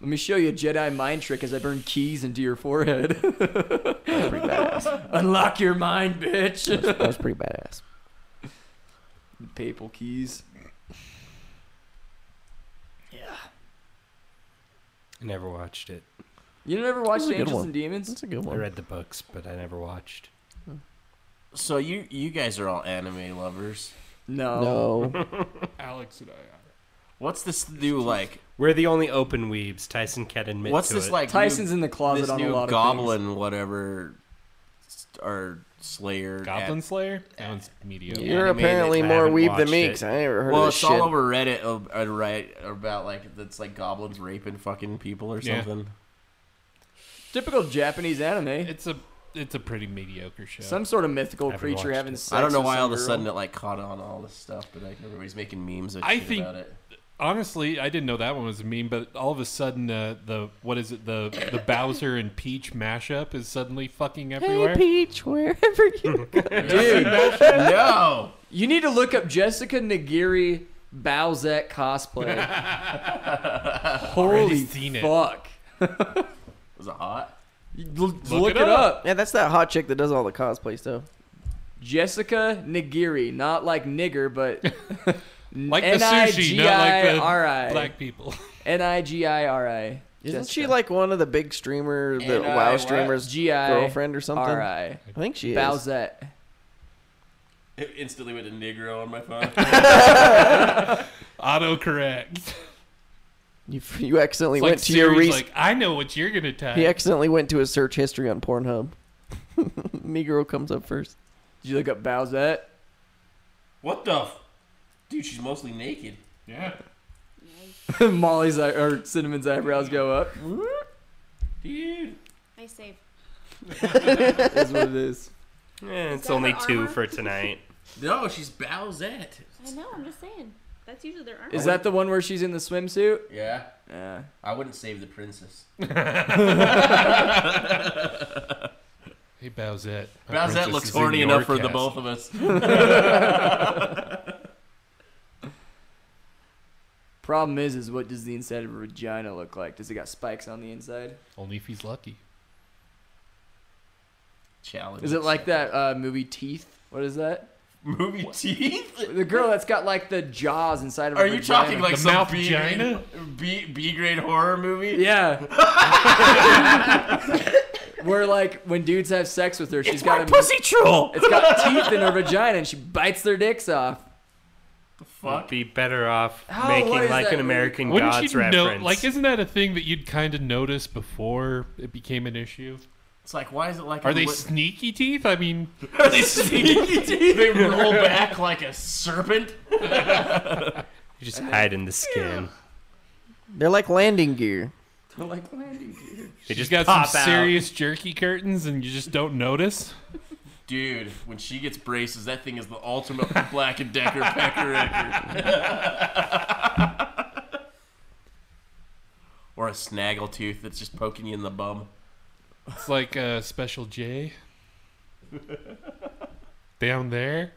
S1: Let me show you a Jedi mind trick as I burn keys into your forehead.
S6: That was pretty badass.
S1: Unlock your mind, bitch.
S6: That was pretty badass.
S1: Papal keys. Yeah.
S5: I never watched it.
S1: You never
S6: This
S1: watched
S6: is a good
S1: Angels
S6: one.
S1: and Demons?
S6: That's a good
S5: I
S6: one.
S5: read the books, but I never watched.
S7: So you you guys are all anime lovers.
S1: No.
S6: No,
S8: Alex and I uh, are.
S7: What's this new like?
S5: We're the only open weebs. Tyson can't admit
S7: What's
S5: to
S7: this
S5: it.
S7: like?
S1: Tyson's in the
S7: new,
S1: closet
S7: this
S1: on a
S7: new
S1: lot
S7: goblin whatever st- or slayer
S8: Goblin Slayer? Sounds mediocre.
S6: you're
S7: Anime that
S6: apparently
S5: I
S6: more
S5: haven't
S6: weeb than
S5: watched
S6: me
S5: it.
S6: 'cause I never heard
S7: well,
S6: of
S7: it's
S6: this
S7: all
S6: shit.
S7: over Reddit of, uh, right about like that's like goblins raping fucking people or
S8: Yeah.
S7: something.
S1: of things. Typical Japanese anime.
S8: It's a it's a pretty mediocre show.
S1: Some sort of mythical
S5: Haven't
S1: creature
S5: watched
S1: having
S5: it.
S1: sex.
S7: I don't know
S1: with
S7: why
S1: some
S7: all of a
S1: girl.
S7: sudden it like caught on all this stuff, but like everybody's making memes. And
S8: I
S7: shit
S8: think-
S7: about it.
S8: Honestly, I didn't know that one was a meme, but all of a sudden, uh, the what is it? The the Bowser and Peach mashup is suddenly fucking everywhere.
S6: Hey, Peach, wherever you.
S1: Dude,
S7: no,
S1: you need to look up Jessica Nagiri Bowsette cosplay. Holy
S8: Already seen it.
S1: fuck.
S7: was it hot?
S1: Look, it
S8: it up.
S1: up.
S6: yeah, that's that hot chick that does all the cosplay stuff.
S1: Jessica Nagiri, not like nigger, but
S8: Like the sushi, not like the
S1: N-I-G-I-R-I.
S8: black people.
S1: N I G I R I.
S6: Isn't she like one of the big streamer, the WoW streamers'
S1: G I
S6: girlfriend or something?
S1: R I.
S6: I think she is.
S1: Bowsette.
S7: It instantly went to Negro on my phone.
S8: Autocorrect.
S6: You, you accidentally
S8: It's
S6: went
S8: like
S6: to your
S8: Siri's
S6: res-
S8: like, I know what you're gonna type.
S6: He accidentally went to his search history on Pornhub. Negro comes up first.
S1: Did you look up Bowsette?
S7: what the? F- Dude, she's mostly naked.
S8: yeah.
S1: Molly's eye- or Cinnamon's eyebrows go up.
S7: Dude,
S9: Nice save.
S1: Is what it is.
S5: Eh, it's
S9: that
S5: only
S9: her
S5: two
S9: armor?
S5: for tonight.
S7: no, she's Bowsette.
S9: I know. I'm just saying. That's usually their armor.
S1: Is that the one where she's in the swimsuit?
S7: Yeah,
S1: Yeah.
S7: I wouldn't save the princess.
S8: Hey, Bowsette. My princess
S7: Bowsette looks
S8: is in
S7: horny
S8: your
S7: enough for the
S8: castle.
S7: both of us.
S1: Problem is, is what does the inside of a vagina look like? Does it got spikes on the inside?
S8: Only if he's lucky.
S7: Challenge.
S1: Is it like that uh, movie Teeth? What is that?
S7: movie teeth?
S1: The girl that's got like the jaws inside of. her
S7: Are you
S1: vagina.
S7: talking like
S8: The
S7: some
S8: mouth
S7: B grade,
S8: vagina?
S7: B, B grade horror movie?
S1: Yeah. Where like when dudes have sex with her, she's got a
S7: troll.
S1: It's got teeth in her vagina, and she bites their dicks off.
S5: Would be better off
S1: Oh, what
S5: making
S1: is
S5: like
S1: that
S5: an
S1: movie?
S5: American
S8: Wouldn't
S5: Gods
S8: you
S5: reference.
S8: know? Like, isn't that a thing that you'd kind of notice before it became an issue?
S7: It's like why is it like?
S8: Are
S7: a
S8: they
S7: li-
S8: sneaky teeth? I mean,
S7: are they sneaky teeth? They roll back like a serpent.
S5: you just hide in the skin.
S6: They're like landing gear.
S5: They
S8: she's
S5: just
S8: got some
S5: pop out.
S8: serious jerky curtains, and you just don't notice.
S7: Dude, when she gets braces, that thing is the ultimate black and decker pecker record. or a snaggle tooth that's just poking you in the bum.
S8: It's like a special J. Down there.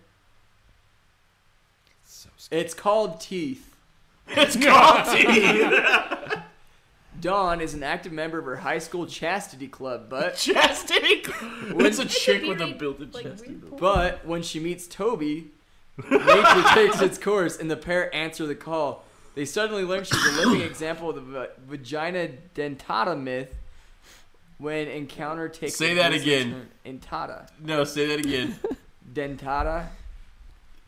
S1: It's called Teeth.
S7: It's called teeth.
S1: Dawn is an active member of her high school chastity club, but
S7: Chastity. It's a chick with a
S9: Like,
S7: built-in
S9: like,
S7: chastity.
S9: weird porn.
S1: but when she meets Toby, nature takes its course, and the pair answer the call. They suddenly learn she's a living example of the va- vagina dentata myth. When encounter takes
S7: Say
S1: a
S7: that
S1: gruesome
S7: again.
S1: turn. Dentata.
S7: No, say that again.
S1: Dentata.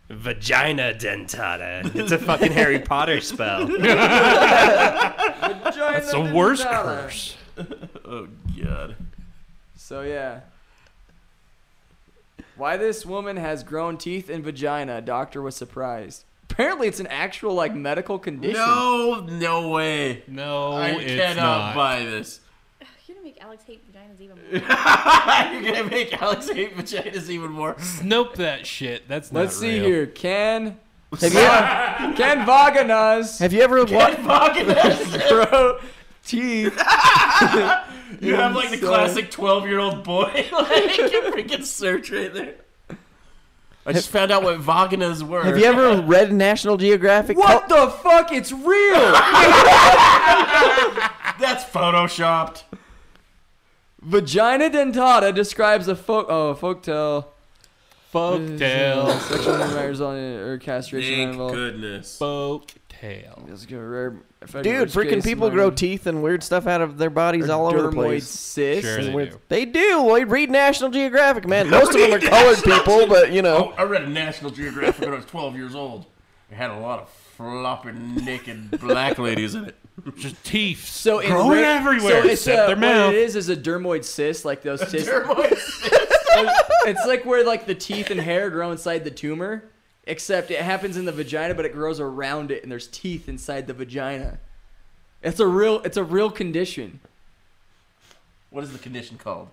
S5: Vagina dentata. It's a fucking Harry Potter spell.
S8: That's the worst curse.
S7: Oh god.
S1: So yeah. Why this woman has grown teeth and vagina? Doctor was surprised. Apparently, it's an actual like medical condition.
S7: No, no way.
S8: No,
S7: I
S8: it's
S7: cannot
S8: not.
S7: buy this.
S9: You're gonna make Alex hate vaginas even more.
S7: You're gonna make Alex hate vaginas even more.
S8: Nope, that shit. That's not
S1: Let's see
S8: real.
S1: here. Can
S6: Have you,
S1: can vaginas
S6: have you ever watched?
S7: Vaginas.
S1: grow teeth?
S7: You have like the
S1: So-
S7: classic 12 year old boy. like, a freaking search right there. I just found out what vaginas were.
S6: Have you ever read National Geographic?
S1: What the fuck? It's real.
S7: That's photoshopped.
S1: vagina dentata describes a folk oh folktale.
S8: Folktale.
S1: Sexual nightmares on or castration involved.
S7: goodness.
S8: Folktale.
S1: It's gonna rare- affect
S6: Dude,
S1: worst
S6: freaking
S1: case
S6: people grow
S1: scenario.
S6: teeth and weird stuff out of their bodies all over the
S1: Dermoid
S6: place.
S1: cysts.
S8: Sure they do.
S6: They do. Lloyd, read National Geographic, man. Most of them are colored people, but you know.
S7: Oh, I read a National Geographic when I was 12 years old. It had a lot of flopping naked black ladies in it.
S8: Just teeth.
S1: So in
S8: growing
S1: rare-
S8: everywhere
S1: so it's
S8: except
S1: a,
S8: their mouth.
S1: What it is is a dermoid cyst, like those cysts.
S7: Dermoid-
S1: it's like where like the teeth and hair grow inside the tumor, except it happens in the vagina, but it grows around it, and there's teeth inside the vagina. It's a real, it's a real condition.
S7: what is the condition called?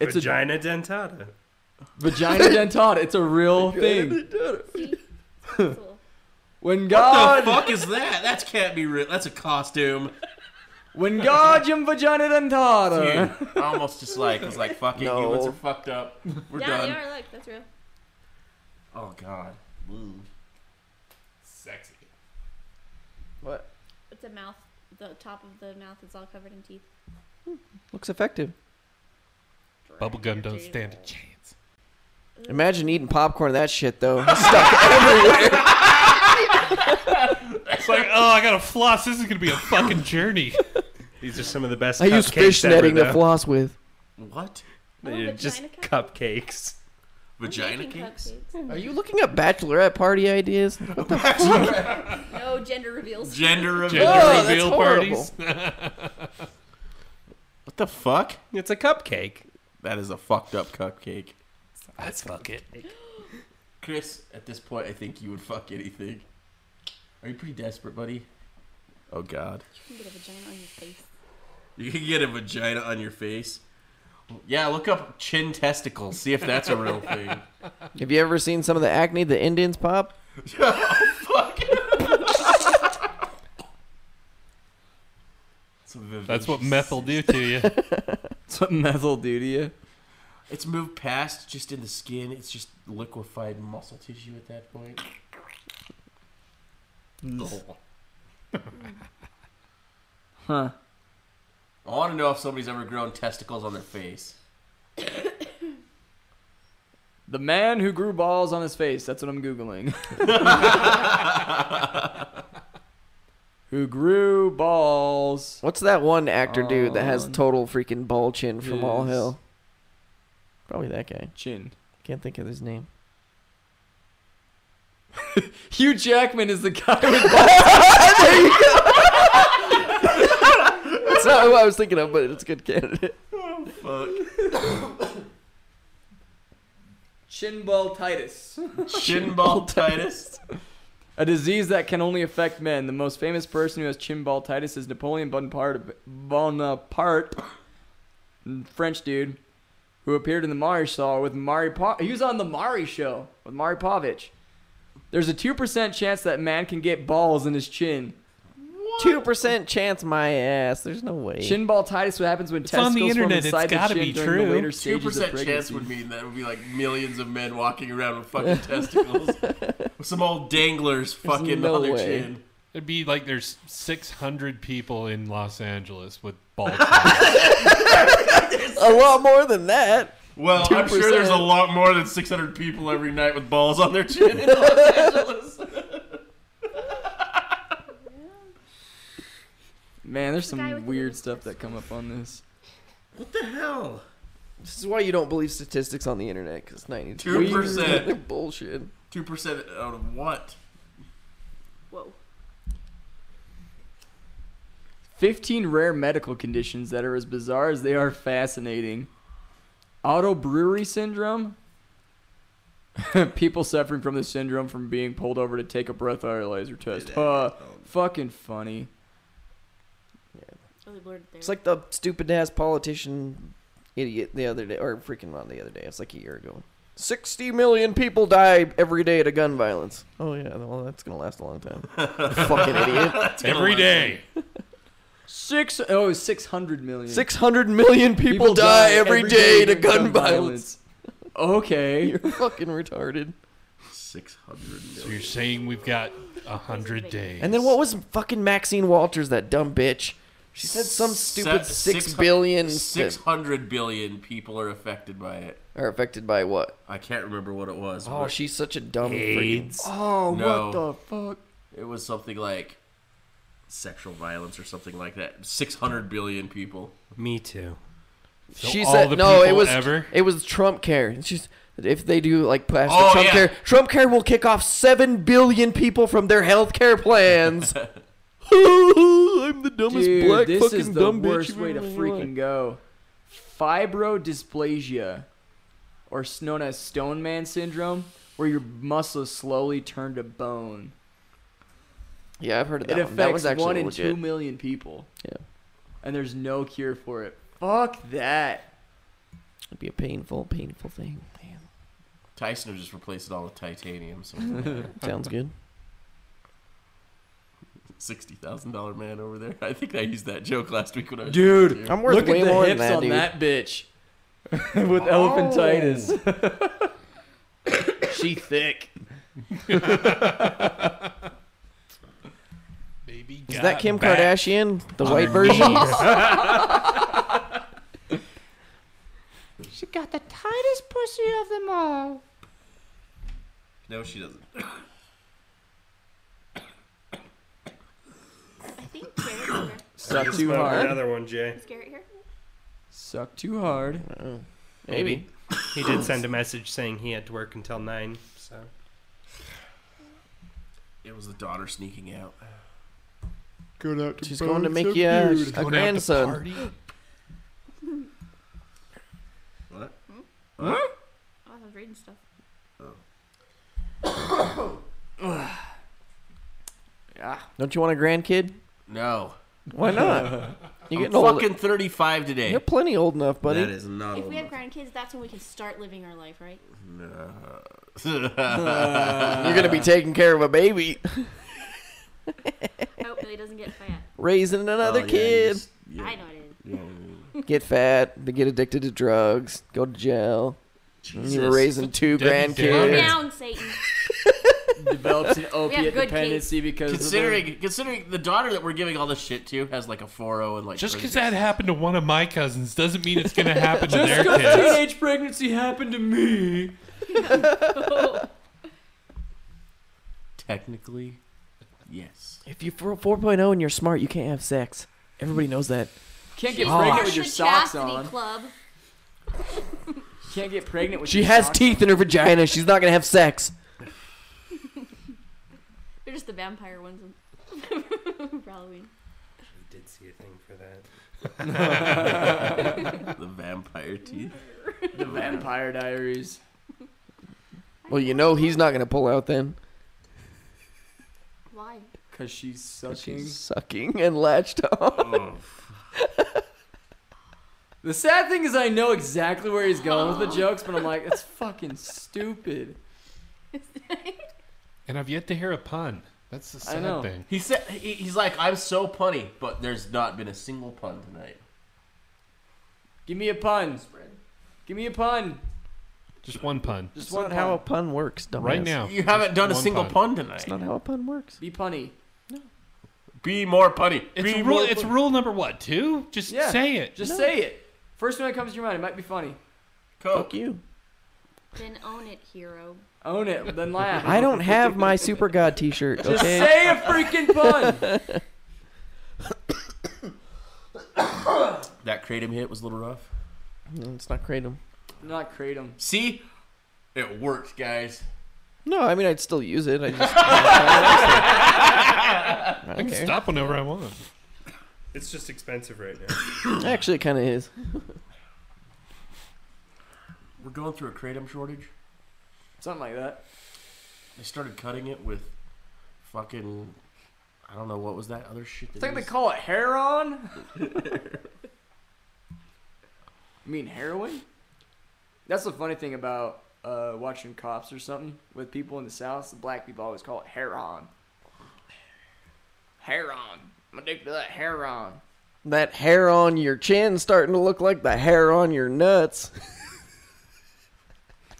S1: It's
S5: Vagina dentata.
S1: a vagina dentata. It's a real thing.
S9: See? Cool.
S1: When
S7: What
S1: God,
S7: the fuck is that? That can't be real. That's a costume.
S1: when God, jim vagina
S7: Dude,
S1: dentata.
S7: I almost just like was like, fuck it,
S6: No.
S7: humans are fucked up. We're
S9: yeah,
S7: done.
S9: they are. Look, that's real.
S7: Oh god. Ooh.
S8: Sexy.
S6: Oh. What?
S9: It's a mouth. The top of the mouth is all covered in teeth.
S6: Looks effective.
S8: Bubblegum don't stand a chance.
S6: Imagine eating popcorn and that shit though.
S8: It's like, oh, I gotta floss. This is gonna be a fucking journey.
S5: These are some of the best.
S6: I use
S5: cupcakes
S6: fish netting
S5: ever,
S6: to
S5: though.
S6: floss with.
S7: What?
S5: They're
S9: Oh,
S5: just
S9: vagina
S5: cupcakes.
S7: Vagina
S9: Making
S7: cakes?
S9: cupcakes.
S6: Are you looking up bachelorette party ideas?
S9: No gender reveals.
S7: Gender reveal.
S8: Gender
S6: that's
S8: reveal
S6: horrible.
S8: parties.
S7: What the fuck?
S5: It's a cupcake.
S7: That is a fucked up cupcake.
S8: Let's fuck it.
S7: Chris, at this point, I think you would fuck anything. Are you pretty desperate, buddy? Oh god.
S9: You can get a vagina on your face.
S7: You can get a vagina on your face. Yeah, look up chin testicles. See if that's a real thing.
S6: Have you ever seen some of the acne the Indians pop?
S7: It's a vivid-
S8: That's what meth will do to you.
S1: That's what methyl do to you.
S7: It's moved past just in the skin. It's just liquefied muscle tissue at that point.
S1: Huh.
S7: I want to know if somebody's ever grown testicles on their face.
S1: The man who grew balls on his face. That's what I'm Googling. who grew balls.
S6: What's that one actor dude that has
S1: On
S6: total freaking ball chin from All
S1: his
S6: Hill? Probably that guy.
S1: Chin.
S6: Can't think of his name.
S1: Hugh Jackman is the guy with balls.
S6: That's not who I was thinking of, but it's a good candidate.
S1: Chin ball titus.
S7: Shinball Titus.
S1: A disease that can only affect men. The most famous person who has chin ball titus is Napoleon Bonaparte, Bonaparte French dude, who appeared in the Mari Show with Mari. Pa- he was on the Mari Show with Mari Povich. There's a two percent chance that man can get balls in his chin.
S6: Two percent chance, my ass. There's no way.
S1: Chin ball titus what happens when
S8: It's
S1: testicles
S8: on the internet,
S1: form
S8: it's
S1: inside the
S8: gotta
S1: chin
S8: be
S1: during the
S8: true.
S1: later
S7: Two
S1: stages of
S7: percent
S1: pregnancy.
S7: chance would mean that would be like millions of men walking around with fucking testicles, with some old danglers fucking
S6: no
S7: on their
S6: way.
S7: chin.
S8: It'd be like there's 600 people in Los Angeles with ball.
S6: a lot more than that.
S7: Well, i am sure
S6: 2%.
S7: there's a lot more than 600 people every night with balls on their chin in Los Angeles.
S1: Man, there's
S9: guy with
S1: some
S9: the
S1: weird
S9: little
S1: stuff that come up on this.
S7: What the hell?
S6: This is why you don't believe statistics on the internet because ninety
S7: Two percent.
S6: bullshit.
S7: Two percent out of what?
S9: Whoa.
S1: 15 rare medical conditions that are as bizarre as they are fascinating. Auto brewery syndrome. People suffering from the syndrome from being pulled over to take a breathalyzer test. Uh, fucking funny.
S9: Really blurred Oh, there.
S6: It's like the stupid ass politician idiot the other day, or freaking on the other day. It's like a year ago. Sixty million people die every day to gun violence. Oh yeah, well that's gonna last a long time. Fucking idiot.
S8: Every day.
S1: Six oh six hundred million.
S6: Six hundred million people, die, every day, to
S1: during
S6: gun, violence.
S1: violence. Okay.
S6: You're fucking retarded.
S7: Six hundred
S8: So
S7: million.
S8: you're saying we've got a 100 days.
S6: And then what was fucking Maxine Walters, that dumb bitch? She said some stupid six billion
S7: Six
S6: that
S7: hundred billion people are affected by it.
S6: are affected by what?
S7: I can't remember what it was.
S6: Oh,
S7: but
S6: she's such a dumb freaking.
S8: AIDS.
S1: Oh,
S7: No.
S1: what the fuck?
S7: It was something like sexual violence or something like that. Six hundred billion people.
S5: Me too.
S6: she
S8: all
S6: said
S8: the
S6: no. It
S8: people
S6: was
S8: ever?
S6: it was Trump care. It's just if they do like pass the
S7: Oh,
S6: Trump
S7: yeah.
S6: care, Trump care will kick off seven billion people from their health care plans. I'm the dumbest
S1: Dude,
S6: black
S1: this
S6: fucking
S1: is the
S6: dumb bitch
S1: worst
S6: you've
S1: way to
S6: ever seen in
S1: freaking
S6: my life.
S1: go. Fibrodysplasia, or s- known as Stoneman syndrome, where your muscles slowly turn to bone.
S6: Yeah, I've heard of
S1: It
S6: that one. That
S1: affects
S6: was actually
S1: one in
S6: legit.
S1: two million people.
S6: Yeah.
S1: and there's no cure for it. Fuck that.
S6: It'd be a painful, painful thing. Man,
S7: Tyson will just replace it all with titanium. So it's like
S6: sounds good.
S7: a sixty thousand dollar man over there. I think I used that joke last week when I was
S1: Dude,
S6: I'm worth
S1: Look
S6: way
S1: at the
S6: more
S1: hips
S6: than that,
S1: on
S6: dude.
S1: that bitch with elephantitis. she thick.
S8: Baby
S6: Is
S8: got
S6: that Kim
S8: back.
S6: Kardashian, the white version?
S1: She got the tightest pussy of them all.
S7: No, she doesn't.
S9: I think Garrett's here.
S1: Suck
S5: Just
S1: too
S5: about
S1: hard.
S5: Another one, Jay.
S9: Is Garrett here?
S1: Suck too hard.
S6: Oh. Maybe.
S5: He did send a message saying he had to work until nine. So
S7: It was the daughter sneaking out.
S6: She's going to make you uh, a, a
S8: Going out to
S6: grandson.
S8: party?
S7: What?
S9: Oh, I was reading stuff.
S6: Don't you want a grandkid?
S7: No.
S6: Why not? You're
S7: I'm
S6: getting old.
S7: fucking thirty five today.
S6: You're plenty old enough, buddy.
S7: That is not
S9: If
S7: old
S9: we have
S7: enough.
S9: grandkids, that's when we can start living our life, right?
S6: You're gonna be taking care of a baby,
S9: I hope Billy doesn't get fat.
S6: raising
S7: Oh,
S6: another
S7: yeah, you
S6: kid.
S7: just- Oh, yeah,
S9: I know I didn't.
S7: yeah, yeah, yeah.
S6: get fat, they get addicted to drugs, go to jail. And You were raising two
S8: Debbie
S9: Calm
S8: Downer.
S6: grandkids.
S9: down, Satan.
S1: Develops an opiate
S9: good
S1: dependency because of
S7: Considering considering the daughter that we're giving all this shit to has like a 4.0 and like
S8: Just because
S7: crazy-
S8: that happened to one of my cousins doesn't mean it's going to happen to their
S1: their
S8: kids.
S1: teenage pregnancy happened to me.
S7: technically, yes.
S6: If you're 4.0 and you're smart, you can't have sex. Everybody knows that.
S1: Can't get
S6: Oh.
S9: She's
S1: pregnant
S9: part
S1: with
S9: of
S1: your
S9: the
S1: socks
S9: chastity
S1: on.
S9: Club.
S1: Can't get pregnant with
S6: She
S1: your
S6: has
S1: socks
S6: teeth in her vagina. She's not gonna have sex.
S9: They're just the vampire ones for Halloween.
S5: did see a thing for that.
S7: The vampire teeth.
S1: on. The Vampire Diaries.
S6: Well, you know he's not gonna pull out then.
S9: Why?
S1: Cause she's sucking.
S6: She's sucking and latched on.
S1: The sad thing is, I know exactly where he's going with the jokes, but I'm like, that's fucking stupid.
S8: And I've yet to hear a pun. That's the
S1: I know.
S8: sad thing.
S7: He said he, he's like I'm so punny, but there's not been a single pun tonight.
S1: Give me a pun. Give me a pun.
S8: Just one pun.
S1: Just
S6: That's
S1: one
S6: not how a
S1: pun.
S6: pun works, dumbass.
S8: Right now.
S7: You haven't done a
S8: one
S7: single
S8: pun.
S7: pun, tonight.
S6: That's not how a pun works.
S1: Be punny.
S7: Be more punny.
S8: It's
S7: Be
S8: rule.
S7: more
S8: It's
S7: punny.
S8: rule number what? Two. Just
S1: Yeah.
S8: say it.
S1: Just
S6: No.
S1: say it. First one that comes to your mind. It might be funny.
S6: Fuck you.
S9: Then own it, hero.
S1: Own it. Then laugh.
S6: I don't have my super god T-shirt.
S1: Just
S6: Okay.
S1: say a freaking pun.
S7: That kratom hit was a little rough.
S6: No, it's not kratom.
S1: Not kratom.
S7: See, it worked, guys.
S6: No, I mean I'd still use it. I just. I don't care.
S8: Stop whenever I want.
S5: It's just expensive right now.
S6: Actually, it kind of is.
S7: We're going through a kratom shortage.
S1: Something like that.
S7: They started cutting it with fucking. I don't know what was that other shit.
S1: I
S7: That
S1: think they
S7: was-
S1: call it heron. I mean heroin. That's the funny thing about uh, watching cops or something with people in the South. The black people always call it heron. Heron. I'm addicted to that heron.
S6: That hair on your chin starting to look like the hair on your nuts.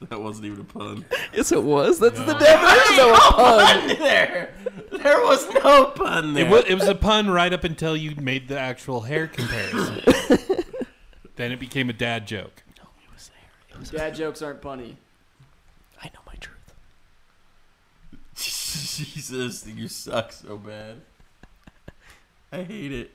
S7: that wasn't even a pun.
S6: Yes, it was. That's the definition of a
S1: oh
S6: pun.
S7: there, there was no pun there.
S8: It was, it was a pun right up until you made the actual hair comparison. then it became a dad joke.
S1: Dad jokes aren't funny.
S6: I know my truth.
S7: Jesus, you suck so bad. I hate it.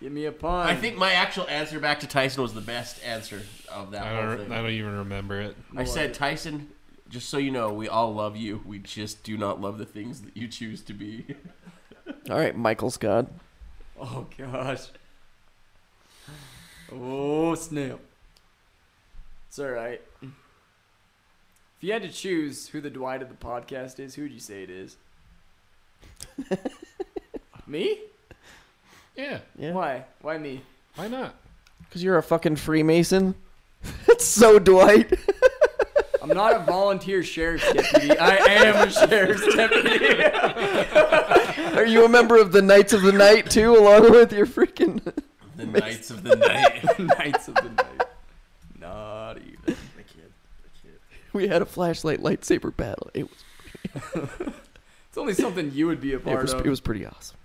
S1: Give me a pun.
S7: I think my actual answer back to Tyson was the best answer of that whole
S8: I don't.
S7: thing.
S8: I
S7: I,
S8: don't even remember it.
S7: said, Tyson, just so you know, we all love you. We just do not love the things that you choose to be.
S6: All right, Michael Scott.
S1: Oh gosh. Oh snap. It's all right. If you had to choose who the Dwight of the podcast is, who would you say it is? me?
S8: Yeah.
S6: Yeah.
S1: Why? Why me?
S8: Why not?
S6: Because you're a fucking Freemason. That's so Dwight.
S1: I'm not a volunteer sheriff's deputy. I am a sheriff's deputy.
S6: Are you a member of the Knights of the Night too, along with your freaking?
S7: The Knights of the Night.
S1: Knights of the night. Not even.
S10: I can't. I can't.
S6: We had a flashlight lightsaber battle. It was
S1: It's only something you would be a part
S6: it was
S1: of.
S6: it was pretty awesome.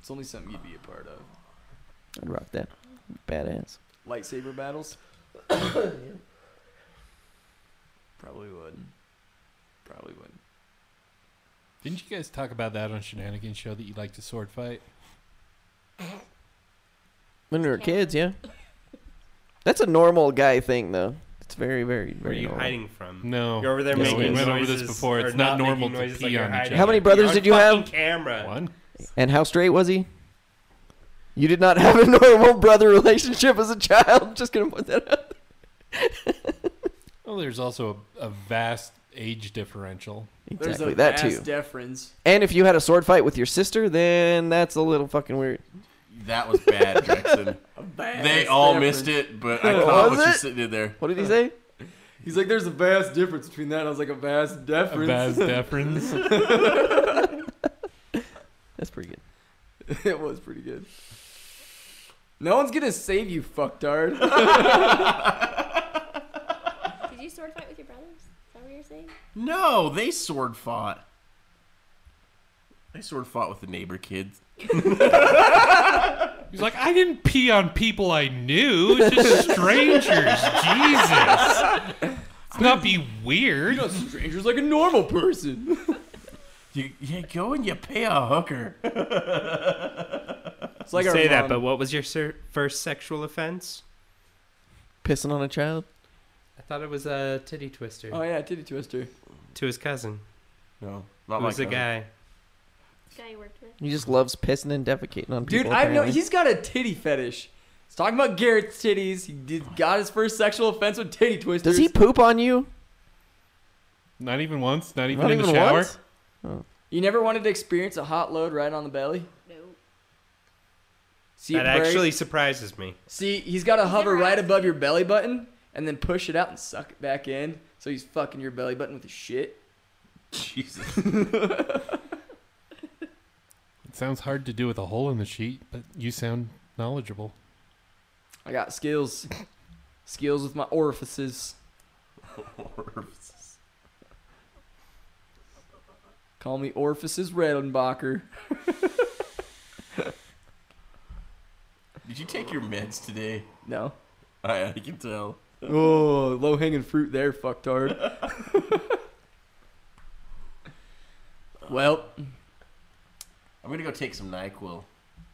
S1: It's only something you'd be a part of.
S6: I'd rock that. Badass.
S1: lightsaber battles? Probably would. Probably would.
S8: Didn't you guys talk about that on Shenanigans Show that you like to sword fight?
S6: When we were kids, yeah. That's a normal guy thing, though. It's very, very,
S5: Where are
S6: very
S5: you
S6: normal.
S5: hiding from?
S8: No.
S5: You're over there
S6: Yes,
S5: making
S6: we
S8: went over
S5: noises.
S8: this before.
S5: or
S8: It's not
S5: making
S8: normal to
S5: noises
S8: pee
S5: you're
S8: on each
S5: hiding.
S8: other. How
S6: many brothers
S5: You're
S6: did you
S5: on
S6: have?
S5: fucking Camera.
S8: One.
S6: And how straight was he? You did not have a normal brother relationship as a child. Just gonna put that out.
S8: Well, there's also a, a vast age differential.
S1: There's
S6: Exactly
S1: a
S6: that
S1: vast
S6: too.
S1: deference.
S6: and if you had a sword fight with your sister, then that's a little fucking weird.
S7: That was bad, Jackson.
S1: A vast
S7: they all
S1: difference.
S7: missed it, but I
S6: Was
S7: caught what you
S6: it?
S7: said- did there.
S6: What did he say?
S1: He's like, there's a vast difference between that. And I was like, a vast
S8: A
S1: deference.
S8: vast deference.
S6: That's pretty good.
S1: it was pretty good. No one's gonna save you, fucktard.
S9: Did you sword fight with your brothers? Is that what you're saying?
S7: No, they sword fought. They sword fought with the neighbor kids.
S8: He's like, I didn't pee on people I knew, it's just strangers. Jesus. Let's not be weird.
S1: Stranger's like a normal person.
S7: You, you go and you pay a hooker.
S1: It's like our
S5: Say that,
S1: mom.
S5: but what was your ser- first sexual offense?
S6: Pissing on a child.
S5: I thought it was a titty twister
S1: Oh yeah, titty twister.
S5: to his cousin,
S7: No,
S5: who
S7: not Oh my
S5: was a
S7: cousin.
S5: guy.
S9: Guy you worked with.
S6: He just loves pissing and defecating on
S1: Dude,
S6: people.
S1: I know
S6: apparently.
S1: he's got a titty fetish. He's talking about Garrett's titties. He did, got his first sexual offense with titty twisters.
S6: Does he poop on you?
S8: Not even once, not even
S6: Not
S8: in
S6: even
S8: the shower.
S6: once?
S1: You never wanted to experience a hot load right on the belly.
S9: No.
S1: See,
S5: That
S1: it break?
S5: actually surprises me.
S1: see, he's got to hover
S9: never
S1: right
S9: asked
S1: above your belly button and then push it out and suck it back in. So he's fucking your belly button with his shit.
S7: Jesus.
S8: It sounds hard to do with a hole in the sheet, but you sound knowledgeable.
S1: I got skills, skills with my orifices. Call me Orifices Redenbacher.
S7: Did you take your meds today?
S1: No.
S7: I, I can tell.
S1: Oh, low hanging fruit there, fucktard. well,
S7: I'm gonna go take some Nyquil,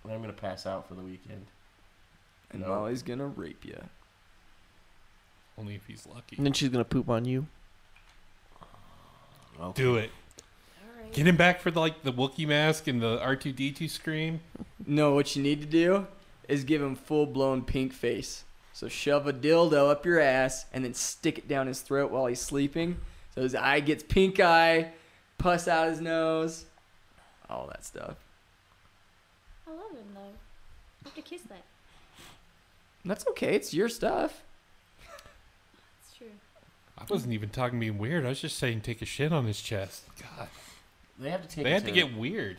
S7: and I'm gonna pass out for the weekend.
S1: and
S7: No.
S1: Molly's gonna rape you.
S8: Only if he's lucky.
S6: And then she's gonna poop on you.
S8: Do it.
S9: Alright.
S8: Get him back for like the Wookiee mask and the R two D two scream.
S1: No, what you need to do is give him full blown pink face. So shove a dildo up your ass and then stick it down his throat while he's sleeping. So his eye gets pink eye, pus out his nose, all that stuff.
S9: I love him though. I have to kiss that.
S1: That's okay. It's your stuff.
S9: It's true.
S8: I wasn't even talking being weird. I was just saying take a shit on his chest. God,
S7: They have to take.
S8: they
S7: it
S8: had
S7: to,
S8: to get weird.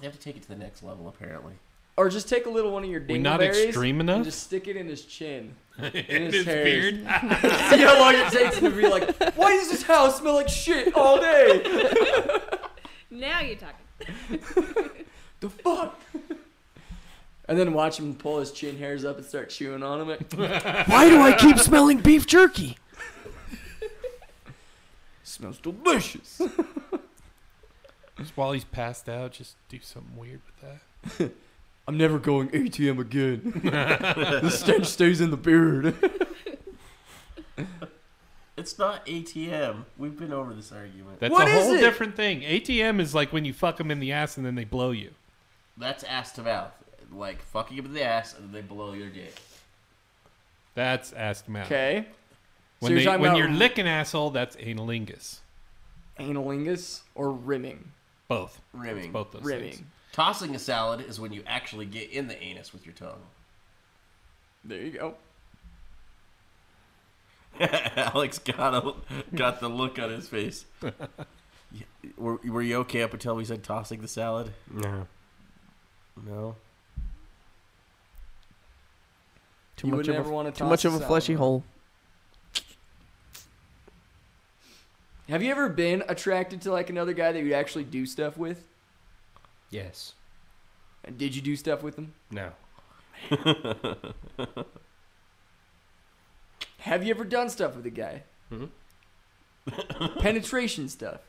S7: They have to take it to the next level, apparently.
S1: Or just take a little one of your
S8: We not
S1: dingleberries
S8: extreme
S1: and
S8: enough?
S1: just stick it in his chin.
S8: And
S1: his
S8: his
S1: hair.
S8: beard.
S1: See how long it takes him to be like, why does this house smell like shit all day?
S9: Now you're talking.
S1: The fuck? And then watch him pull his chin hairs up and start chewing on him.
S6: Why do I keep smelling beef jerky?
S1: smells delicious.
S8: Just while he's passed out, just do something weird with that.
S1: I'm never going ATM again. the stench stays in the beard.
S7: It's not ATM. We've been over this argument.
S8: That's
S1: What
S8: a
S1: is
S8: whole
S1: it?
S8: different thing. ATM is like when you fuck them in the ass and then they blow you.
S7: That's ass to mouth, like fucking up in the ass, and then they blow your dick.
S8: That's ass to mouth.
S1: Okay. so
S8: When,
S1: you're
S8: they,
S1: talking
S8: when
S1: about
S8: you're licking asshole, that's analingus.
S1: analingus or rimming?
S8: Both.
S7: Rimming.
S8: Both those things.
S1: Rimming.
S7: Tossing a salad is when you actually get in the anus with your tongue.
S1: There you go.
S7: Alex got a, got the look on his face. Y- were, were you okay up until we said tossing the salad?
S5: No.
S7: No.
S6: Too
S1: You
S6: much
S1: would
S6: of
S1: never
S6: a,
S1: wanna
S6: too
S1: toss
S6: much of a
S1: salad.
S6: fleshy hole.
S1: Have you ever been attracted to like another guy that you actually do stuff with?
S5: Yes.
S1: And did you do stuff with him?
S5: No.
S1: Have you ever done stuff with a guy?
S8: Hmm?
S1: Penetration stuff.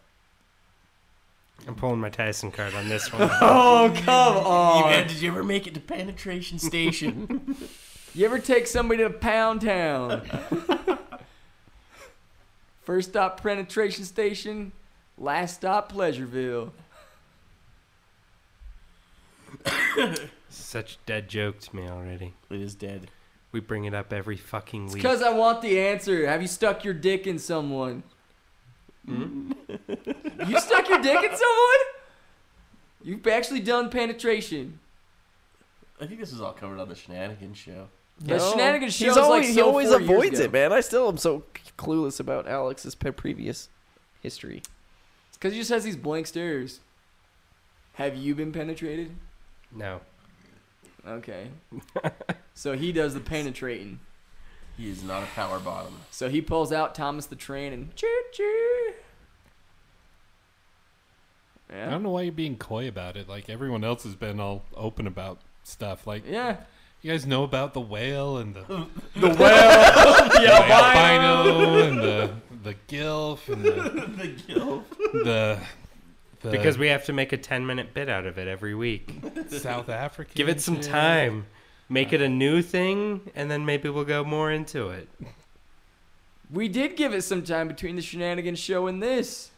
S5: I'm pulling my Tyson card on this one.
S1: Oh come on!
S7: Yeah, did you ever make it to penetration station?
S1: You ever take somebody to Pound Town? First stop penetration station, last stop Pleasureville.
S5: Such dead joke to me already.
S7: it is dead.
S5: We bring it up every fucking week.
S1: Because I want the answer. Have you stuck your dick in someone? you stuck your dick in someone? You've actually done penetration.
S7: I think this was all covered on the Shenanigans show.
S1: The shenanigans show
S6: He's
S1: is like
S6: always, he
S1: so
S6: always
S1: four years
S6: avoids
S1: ago.
S6: it, man. I still am so clueless about Alex's pe- previous history.
S1: Because he just has these blank stares. Have you been penetrated?
S5: No.
S1: Okay. So he does the penetrating.
S11: He is not a power bottom.
S1: So he pulls out Thomas the Train and choo choo.
S8: I
S1: Yeah.
S8: don't know why you're being coy about it. Like everyone else has been all open about stuff. Like
S1: Yeah.
S8: you guys know about the whale and the,
S1: The whale.
S8: the albino and the the gilf and the
S11: The guild.
S8: the, the
S5: Because we have to make a 10 minute bit out of it every week.
S8: South Africa.
S5: Give it some time. Make it a new thing, and then maybe we'll go more into it.
S1: We did give it some time between the Shenanigans show and this.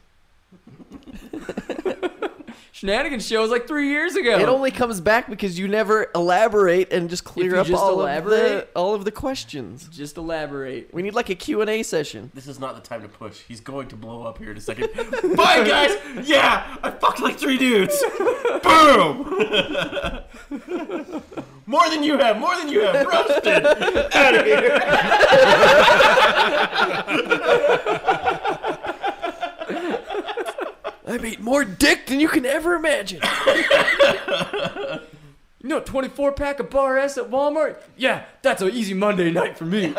S1: Shenanigans show was like three years ago.
S6: It only comes back because you never elaborate and just clear
S1: you
S6: up
S1: just
S6: all of
S1: elaborate-
S6: the all of the questions.
S1: Just elaborate.
S6: We need like a Q&A session.
S11: This is not the time to push. He's going to blow up here in a second. Bye, guys. Yeah, I fucked like three dudes. Boom. more than you have. More than you have. Roasted. Out of here.
S6: I made more dick than you can ever imagine.
S1: You know, 24 pack of Bar S at Walmart? Yeah, that's an easy Monday night for me.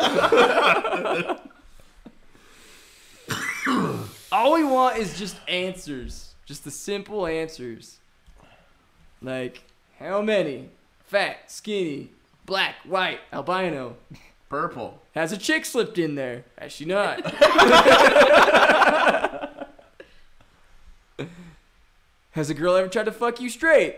S1: All we want is just answers. Just the simple answers. Like, how many? Fat, skinny, black, white, albino.
S11: Purple.
S1: Has a chick slipped in there? Has she not? Has a girl ever tried to fuck you straight?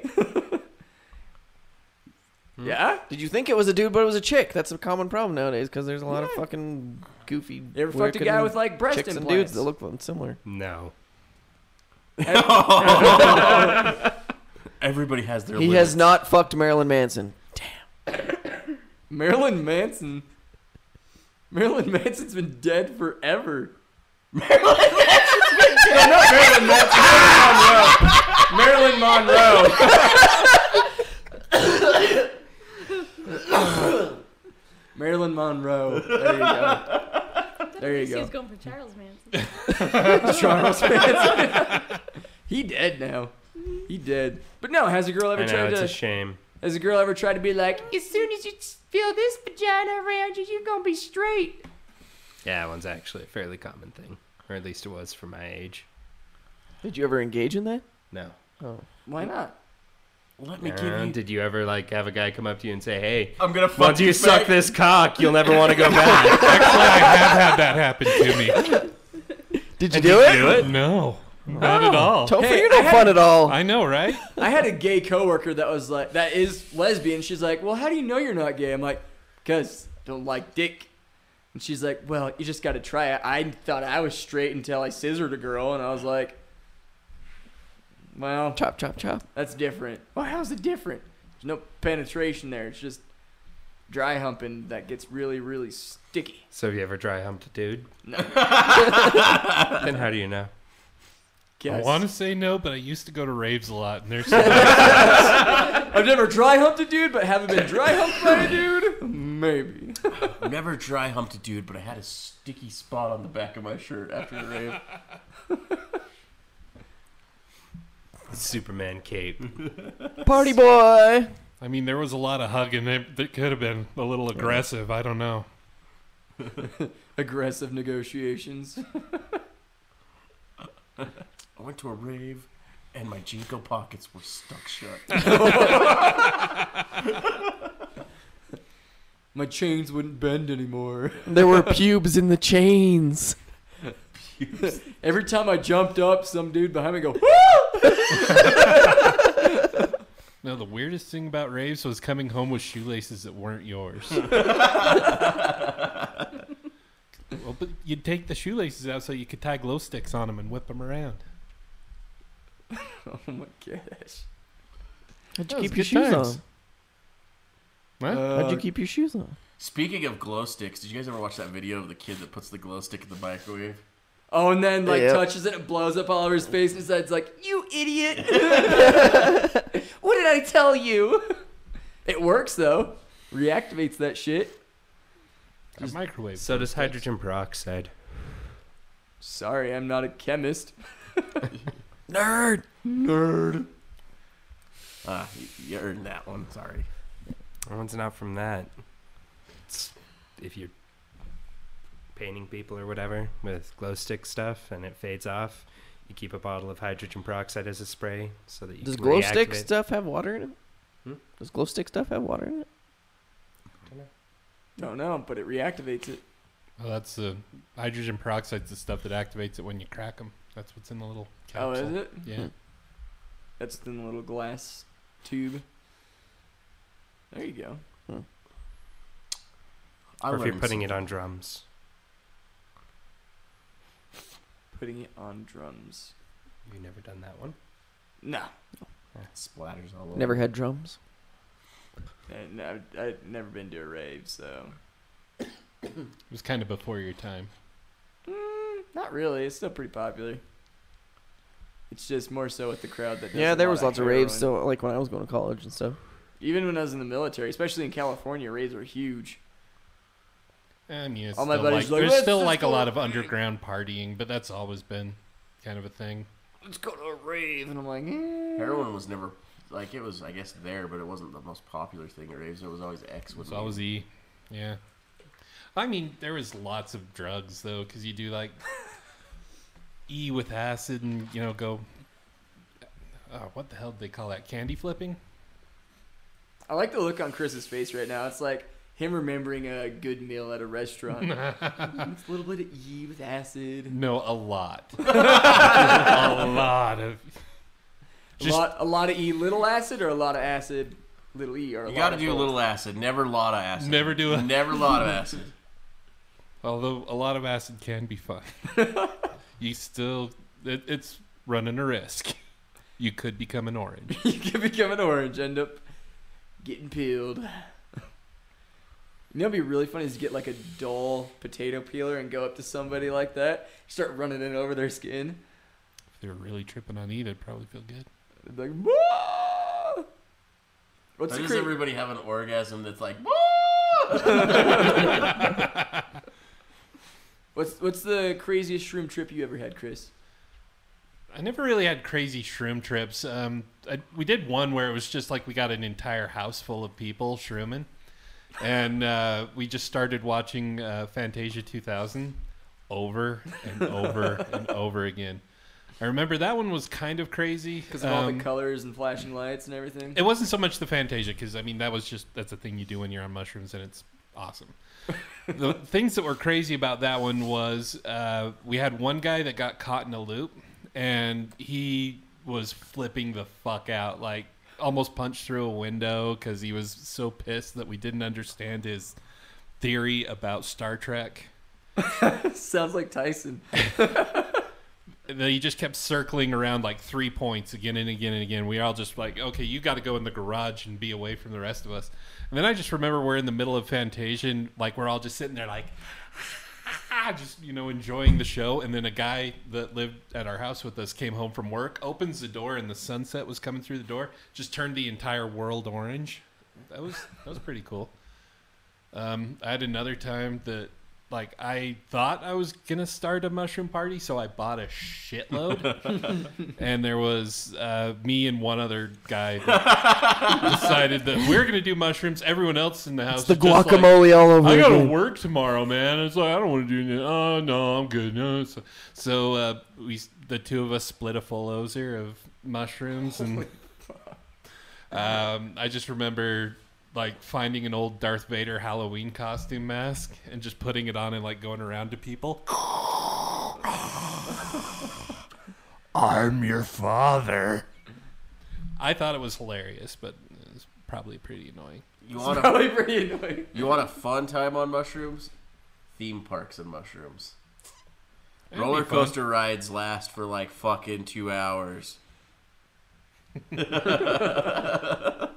S1: yeah?
S6: Did you think it was a dude, but it was a chick? That's a common problem nowadays because there's a lot of fucking goofy.
S1: You ever fucked a guy
S6: weird-looking
S1: with like breast
S6: chicks and
S1: implants?
S6: dudes that look similar?
S5: No.
S11: Everybody has their.
S6: He
S11: limit.
S6: has not fucked Marilyn Manson.
S1: Marilyn Manson. Marilyn Manson's been dead forever.
S5: Marilyn Monroe!
S1: Marilyn Monroe. There you go. There you
S9: He
S1: go.
S9: was going for Charles Manson.
S1: Charles Manson. he dead now. He dead. But no, has a girl ever
S5: I know,
S1: tried
S5: it's
S1: to
S5: a shame.
S1: has a girl ever tried to be like, as soon as you feel this vagina around you, you're gonna be straight.
S5: Yeah, that one's actually a fairly common thing. Or at least it was for my age.
S6: Did you ever engage in that?
S5: No.
S1: Why not?
S11: Let me
S5: Uh,
S11: give you.
S5: Did you ever like have a guy come up to you and say, "Hey,
S11: I'm gonna fuck
S5: once you suck
S11: back.
S5: this cock, you'll never want to go back"?
S8: Actually, I have had that happen to me.
S6: Did you do it?
S8: No, not at all.
S6: Don't
S1: Hey,
S6: figure
S1: I
S6: no
S1: had-
S6: fun at all.
S8: I know, right?
S1: I had a gay coworker that was like, that is lesbian. She's like, well, how do you know you're not gay? I'm like, because don't like dick. And she's like, well, you just got to try it. I thought I was straight until I scissored a girl, and I was like, well,
S6: Chop, chop, chop.
S1: that's different. Well, how's it different? There's no penetration there. It's just dry humping that gets really, really sticky.
S5: so have you ever dry humped a dude?
S1: No.
S5: then how do you know?
S8: I
S1: Yes.
S8: want to say no, but I used to go to raves a lot, and there's
S1: I've never dry humped a dude, but haven't been dry humped by a dude. Maybe.
S11: Never dry humped a dude, but I had a sticky spot on the back of my shirt after the rave.
S5: Superman cape.
S6: Party boy.
S8: I mean, there was a lot of hugging that, that could have been a little aggressive. I don't know.
S1: Aggressive negotiations.
S11: I went to a rave, and my Jinko pockets were stuck shut.
S1: My chains wouldn't bend anymore.
S6: There were pubes in the chains.
S1: Every time I jumped up, some dude behind me go,
S8: No, the weirdest thing about raves was coming home with shoelaces that weren't yours. well, but you'd take the shoelaces out so you could tie glow sticks on them and whip them around.
S1: "Oh my gosh!"
S6: How'd
S8: That
S6: you
S8: was
S6: keep your
S8: good
S6: shoes
S8: times.
S6: on?
S8: What?
S6: How'd you
S1: Uh,
S6: keep your shoes on?
S11: Speaking of glow sticks, did you guys ever watch that video of the kid that puts the glow stick in the microwave?
S1: Oh, and then like
S6: Yeah.
S1: touches it, it blows up all over his face, and his head's like, "You idiot! what did I tell you?" It works though. Reactivates that shit.
S8: A microwave.
S5: So does hydrogen peroxide.
S1: Sorry, I'm not a chemist.
S6: Nerd.
S1: Nerd.
S11: Ah, you, you earned that one. Sorry.
S5: That one's not from that. it's if you're painting people or whatever with glow stick stuff and it fades off, you keep a bottle of hydrogen peroxide as a spray so that you
S6: Does
S5: can
S6: glow stick
S5: reactivate-
S6: stuff have water in it?
S5: Hmm?
S6: Does glow stick stuff have water in it?
S1: Don't know, but it reactivates it.
S8: Oh, that's the hydrogen peroxide's the stuff that activates it when you crack them. That's what's in the little
S1: Oh,
S8: capsule.
S1: is it?
S8: Yeah.
S1: That's in the little glass tube. There you go.
S5: or if you're putting it on drums.
S1: Putting it on drums.
S5: You never done that one?
S1: No,
S11: splatters all over.
S6: Never had drums.
S1: and I, I've never been to a rave, so
S8: It was kind of before your time.
S1: not really. It's still pretty popular. It's just more so with the crowd that. Does
S6: yeah,
S1: a
S6: there
S1: lot
S6: was lots of
S1: heroin.
S6: raves. So like when I was going to college and stuff.
S1: Even when I was in the military, especially in California, raves were huge.
S8: I mean, it's
S1: All my
S8: still
S1: buddies
S8: like,
S1: like,
S8: there's
S1: "Let's
S8: still
S1: just
S8: like a
S1: go
S8: lot of underground partying, but that's always been kind of a thing.
S1: Let's go to a rave, and I'm like, eh.
S11: Heroin was never like it was. I guess there, but it wasn't the most popular thing at raves. It was always X.
S8: It's always E. Yeah. I mean, there was lots of drugs though, because you do like E with acid, and you know, go. Uh, what the hell did they call that? Candy flipping?
S1: I like the look on Chris's face right now. It's like him remembering a good meal at a restaurant. Mm, it's a little bit of E with acid.
S8: No, a lot. a lot of.
S1: a
S8: Just-
S1: lot, a lot of E, little acid, or a lot of acid, little E, or a
S11: You
S1: lot
S11: got to
S1: of
S11: do a
S1: both?
S11: little acid. Never a lot of acid.
S8: Never do a-
S11: Never a lot of acid.
S8: Although a lot of acid can be fun, you still it, it's running a risk. You could become an orange.
S1: you can become an orange, end up getting peeled. You know, what'd be really funny is to get like a dull potato peeler and go up to somebody like that, start running it over their skin.
S8: If they were really tripping on E, they'd probably feel good.
S1: They'd be like, "Whoa!" What's
S11: Why
S1: the
S11: does
S1: cra-
S11: everybody have an orgasm that's like?
S1: what's what's the craziest shroom trip you ever had, Chris?
S8: I never really had crazy shroom trips. Um, I, we did one where it was just like we got an entire house full of people shrooming, and uh, we just started watching uh, Fantasia 2000 over and over and over again. I remember that one was kind of crazy
S1: Because of all
S8: um,
S1: the colors and flashing lights and everything.
S8: It wasn't so much the Fantasia because I mean that was just that's a thing you do when you're on mushrooms and it's awesome. the things that were crazy about that one was uh, we had one guy that got caught in a loop and he was flipping the fuck out like almost punched through a window because he was so pissed that we didn't understand his theory about Star Trek.
S1: Sounds like Tyson.
S8: And then he just kept circling around like three points again and again and again. We all just like, okay, you got to go in the garage and be away from the rest of us. And then I just remember we're in the middle of Fantasia, and like we're all just sitting there like, just you know enjoying the show. And then a guy that lived at our house with us came home from work, opens the door, and the sunset was coming through the door. Just turned the entire world orange. That was that was pretty cool. Um, I had another time that like I thought I was gonna start a mushroom party, so I bought a shitload, and there was uh, me and one other guy that decided that we're gonna do mushrooms. Everyone else in the house,
S6: It's the
S8: was just like,
S6: guacamole all over
S8: I gotta
S6: again.
S8: work tomorrow, man. It's like I don't want to do anything. Oh no, I'm good. No, so, so uh, we s- the two of us split a full ozer of mushrooms, and um, I just remember like finding an old Darth Vader Halloween costume mask and just putting it on and like going around to people.
S4: I'm your father.
S8: I thought it was hilarious, but it was probably pretty annoying.
S11: You want a
S1: Probably pretty annoying.
S11: you want a fun time on mushrooms? Theme parks and mushrooms.
S8: That'd be
S11: Roller
S8: fun.
S11: coaster rides last for like fucking two hours.
S8: There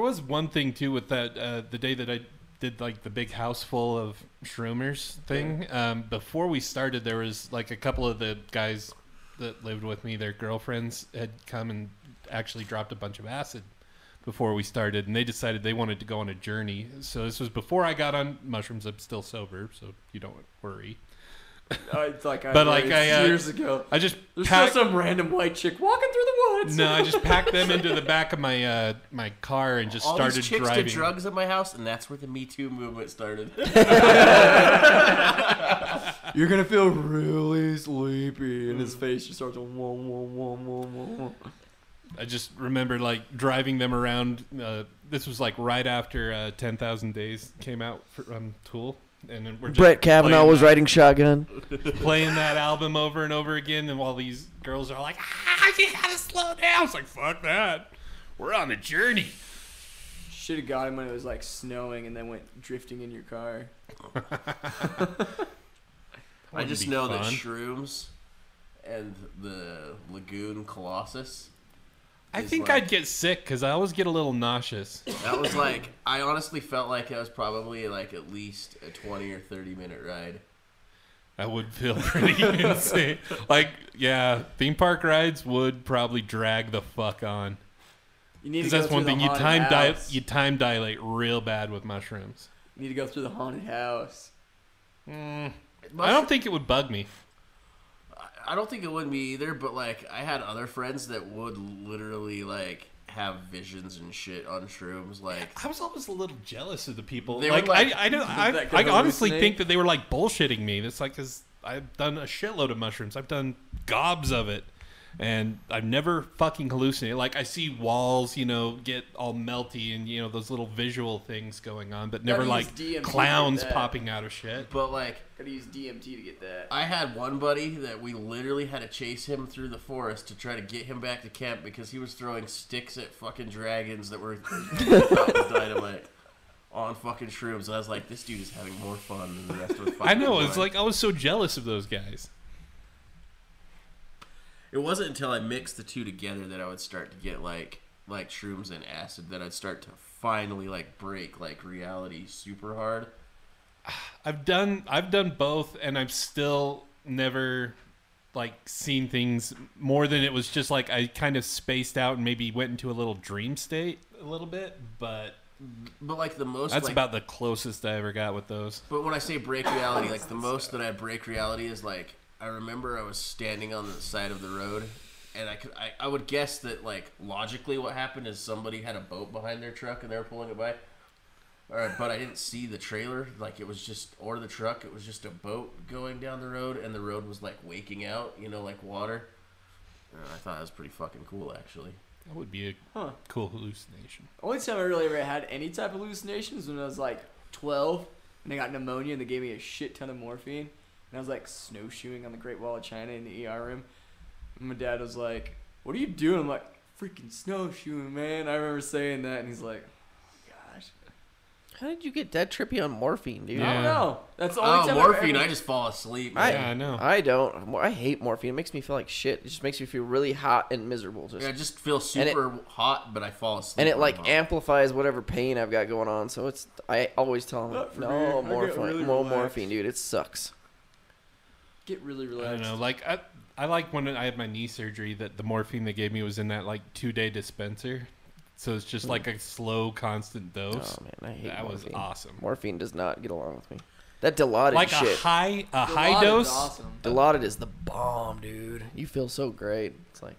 S8: was one thing too with that uh, the day that I did like the big house full of shroomers thing. Um, before we started, there was like a couple of the guys that lived with me, their girlfriends had come and actually dropped a bunch of acid before we started, and they decided they wanted to go on a journey. So this was before I got on mushrooms. I'm still sober, so you don't worry.
S1: Uh, it's like I
S8: But,
S1: read
S8: like,
S1: it
S8: I, uh,
S1: years ago.
S8: I just
S1: There's
S8: packed-
S1: still some random white chick walking through the woods.
S8: No, I just packed them into the back of my uh, my car and just
S7: All
S8: started
S7: these chicks
S8: driving.
S7: did drugs at my house, and that's where the Me Too movement started.
S1: You're gonna feel really sleepy, and his face just starts. going, Whoa, whoa, whoa, whoa, whoa, whoa.
S8: I just remember like driving them around. Uh, this was like right after uh, Ten Thousand Days came out from um, Tool, and then we're just
S6: Brett Kavanaugh
S8: playing
S6: was
S8: that-
S6: riding shotgun.
S8: playing that album over and over again, and while these girls are like, "Ah, you gotta slow down," it's like fuck that. We're on a journey.
S1: Should have got him when it was like snowing, and then went drifting in your car.
S7: I just
S8: be
S7: know that
S8: fun.
S7: shrooms and the lagoon colossus.
S8: I
S7: is
S8: think
S7: like-
S8: I'd get sick because I always get a little nauseous.
S7: That was like I honestly felt like it was probably like at least a twenty or thirty minute ride.
S8: I would feel pretty insane. Like, yeah, theme park rides would probably drag the fuck on.
S1: You need to
S8: Because
S1: go
S8: that's
S1: through
S8: one
S1: the
S8: thing you
S1: haunted
S8: time dilate.
S1: house.
S8: You time dilate real bad with mushrooms.
S1: You need to go through the haunted house.
S8: I don't think it would bug me.
S7: I don't think it would be either, but like I had other friends that would literally like have visions and shit on shrooms. Like
S8: I was always a little jealous of the people.
S7: They were
S8: like,
S7: like-
S8: I, I don't. I,
S1: that
S8: I
S1: could
S8: honestly
S1: hallucinate.
S8: think that they were like bullshitting me. That's like because I've done a shitload of mushrooms. I've done gobs of it, and I've never fucking hallucinated. Like I see walls, you know, get all melty, and you know those little visual things going on, but never
S1: use
S8: like
S1: DMT for
S8: clowns
S1: that.
S8: popping out of shit.
S7: but like
S1: Gotta use DMT to get that.
S7: I had one buddy that we literally had to chase him through the forest to try to get him back to camp because he was throwing sticks at fucking dragons that were dynamite on fucking shrooms. And I was like, this dude is having more fun than the rest of us.
S8: I know.
S7: fucking
S8: It's
S7: are.
S8: like I was so jealous of those guys.
S7: It wasn't until I mixed the two together that I would start to get like like shrooms and acid that I'd start to finally like break like reality super hard.
S8: I've done I've done both, and I've still never like seen things more than it was just like I kind of spaced out and maybe went into a little dream state a little bit, but
S7: But like the most
S8: that's
S7: like,
S8: about the closest I ever got with those.
S7: But when I say break reality, like the most that I break reality is like I remember I was standing on the side of the road, and I could I, I would guess that like logically what happened is somebody had a boat behind their truck and they were pulling it by. All right, but I didn't see the trailer. Like it was just or the truck. It was just a boat going down the road, and the road was like waking out. You know, like water. And I thought that was pretty fucking cool, actually.
S8: That would be a
S1: Huh.
S8: cool hallucination.
S1: Only time I really ever had any type of hallucinations when I was like 12, and I got pneumonia, and they gave me a shit ton of morphine, and I was like snowshoeing on the Great Wall of China in the ER room, and my dad was like, "What are you doing?" I'm like, "Freaking snowshoeing, man!" I remember saying that, and he's like, "Gosh,
S6: How did you get that trippy on morphine, dude?
S1: I
S8: Yeah.
S1: don't know." That's the only
S7: Oh,
S1: time I've
S7: morphine!
S1: ever-
S7: I just fall asleep.
S6: I,
S8: Yeah, I know.
S6: I don't. I hate morphine. It makes me feel like shit. It just makes me feel really hot and miserable. Just
S7: I just feel
S6: And it-
S7: super hot, but I fall asleep.
S6: and it
S7: when
S6: like
S7: I'm on.
S6: amplifies whatever pain I've got going on. So it's I always tell them
S1: Not for me. I
S6: no
S1: get
S6: morphine,
S1: really
S6: no
S1: relaxed."
S6: morphine, dude. It sucks.
S1: get really
S8: I
S1: relaxed.
S8: don't know. Like I, I like when I had my knee surgery that the morphine they gave me was in that like two day dispenser, so it's just like a slow constant dose.
S6: Oh man, I hate
S8: that was
S6: morphine.
S8: awesome.
S6: Morphine does not get along with me. That Dilaudid
S8: Like a
S6: shit.
S8: high a
S1: The
S8: high
S1: lot is
S8: dose.
S1: Awesome.
S6: Dilaudid is the bomb, dude. You feel so great. It's like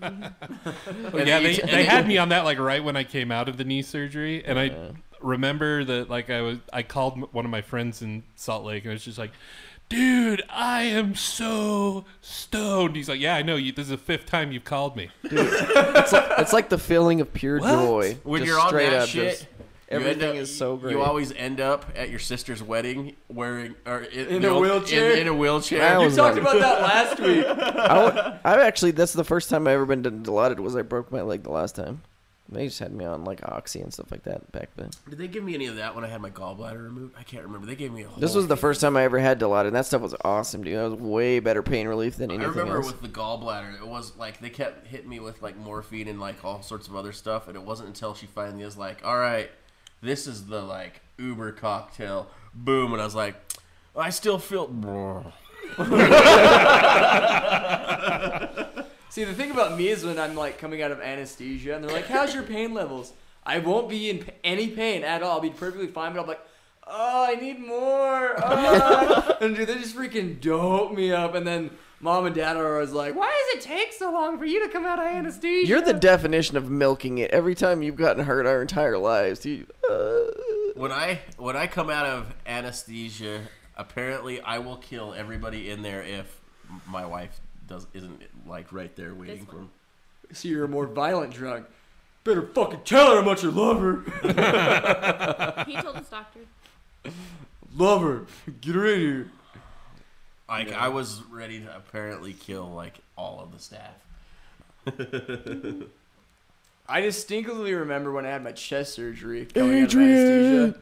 S8: Well, yeah, they, they had me on that like right when I came out of the knee surgery, and I remember that like I was I called m- one of my friends in Salt Lake, and I was just like, "Dude, I am so stoned." He's like, "Yeah, I know. You, this is the fifth time you've called me."
S6: it's like, it's like the feeling of pure joy.
S7: when
S6: Just
S7: you're on
S6: straight
S7: that
S6: up,
S7: shit,
S6: just-
S7: you end
S6: everything
S7: up-
S6: is so great.
S7: You always end up at your sister's wedding wearing or in,
S1: In
S7: the
S1: a
S7: old-
S1: wheelchair?
S7: In, in a
S6: I
S7: wheelchair.
S1: We
S6: was
S1: talked
S6: like-
S1: about that last week.
S6: I, would- I actually that's the first time I ever been to Dilaudid was I broke my leg the last time. They just had me on like oxy and stuff like that back then.
S7: Did they give me any of that when I had my gallbladder removed? I can't remember. They gave me a whole.
S6: This was the first time I ever had Dilaudid, and that stuff was awesome, dude. That was way better pain relief than
S7: I
S6: anything
S7: remember
S6: else.
S7: with the gallbladder, it was like they kept hitting me with like morphine and like all sorts of other stuff, and it wasn't until she finally was like, "All right, this is the like Uber cocktail." Boom, and I was like, "I still feel."
S1: See, the thing about me is when I'm like coming out of anesthesia and they're like, "How's your pain levels?" I won't be in p- any pain at all. I'll be perfectly fine, but I'm like, uh, oh, I need more. Oh. and dude, they just freaking dope me up. And then mom and dad are always like, why does it take so long for you to come out of anesthesia?
S6: You're the definition of milking it. Every time you've gotten hurt our entire lives, you. Uh,
S7: When I when I come out of anesthesia, apparently I will kill everybody in there if my wife does isn't like right there waiting
S9: This
S7: for me.
S1: so you're a more violent drunk. Better fucking tell her how much you love her.
S9: He told his doctor.
S1: love her. Get her in here.
S7: Like I was ready to apparently kill like all of the staff.
S1: I distinctly remember when I had my chest surgery. Coming Adrian.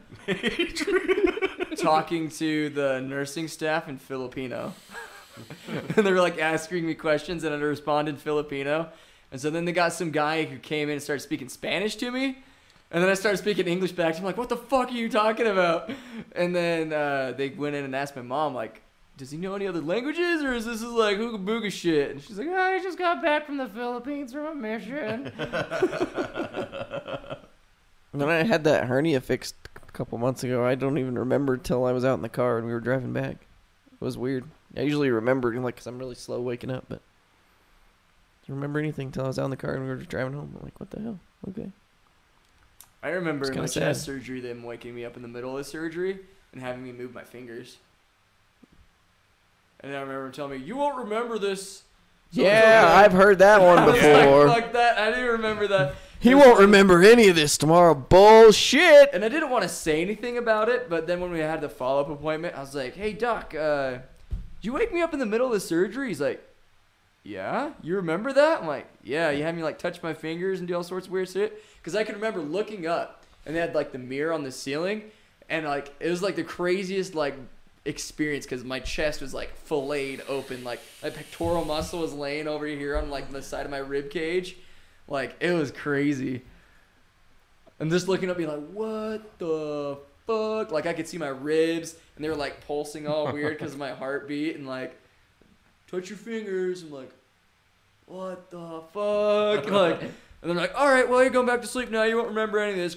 S1: talking to the nursing staff in Filipino. and they were like asking me questions and I responded in Filipino. And so then they got some guy who came in and started speaking Spanish to me. And then I started speaking English back to him, like, what the fuck are you talking about? And then uh, they went in and asked my mom, like, does he know any other languages or is this is like hookah booga shit? And she's like, "Ah, I just got back from the Philippines from a mission.
S6: when I had that hernia fixed a couple months ago, I don't even remember till I was out in the car and we were driving back. It was weird. I usually remember, like, because I'm really slow waking up, but. Don't remember anything till I was out in the car and we were just driving home. I'm like, what the hell? Okay.
S1: I remember
S6: It's
S1: in
S6: kinda
S1: my
S6: sad.
S1: chest surgery, them waking me up in the middle of surgery and having me move my fingers. And then I remember telling me, "You won't remember this."
S6: Yeah, I've heard that one
S1: I was like,
S6: before.
S1: Fuck that! I didn't remember that.
S6: He won't remember any of this tomorrow. Bullshit.
S1: And I didn't want to say anything about it, but then when we had the follow up appointment, I was like, "Hey, doc, uh, did you wake me up in the middle of the surgery?" He's like, "Yeah, you remember that?" I'm like, "Yeah, you had me like touch my fingers and do all sorts of weird shit." Because I could remember looking up, and they had like the mirror on the ceiling, and like it was like the craziest like experience because my chest was like filleted open, like my pectoral muscle was laying over here on like the side of my rib cage, like it was crazy. And just looking up, being like, what the fuck? Like, I could see my ribs, and they were like pulsing all weird because of my heartbeat, and like, touch your fingers. I'm like, what the fuck? Like, and they're like, all right, well, you're going back to sleep now. You won't remember any of this.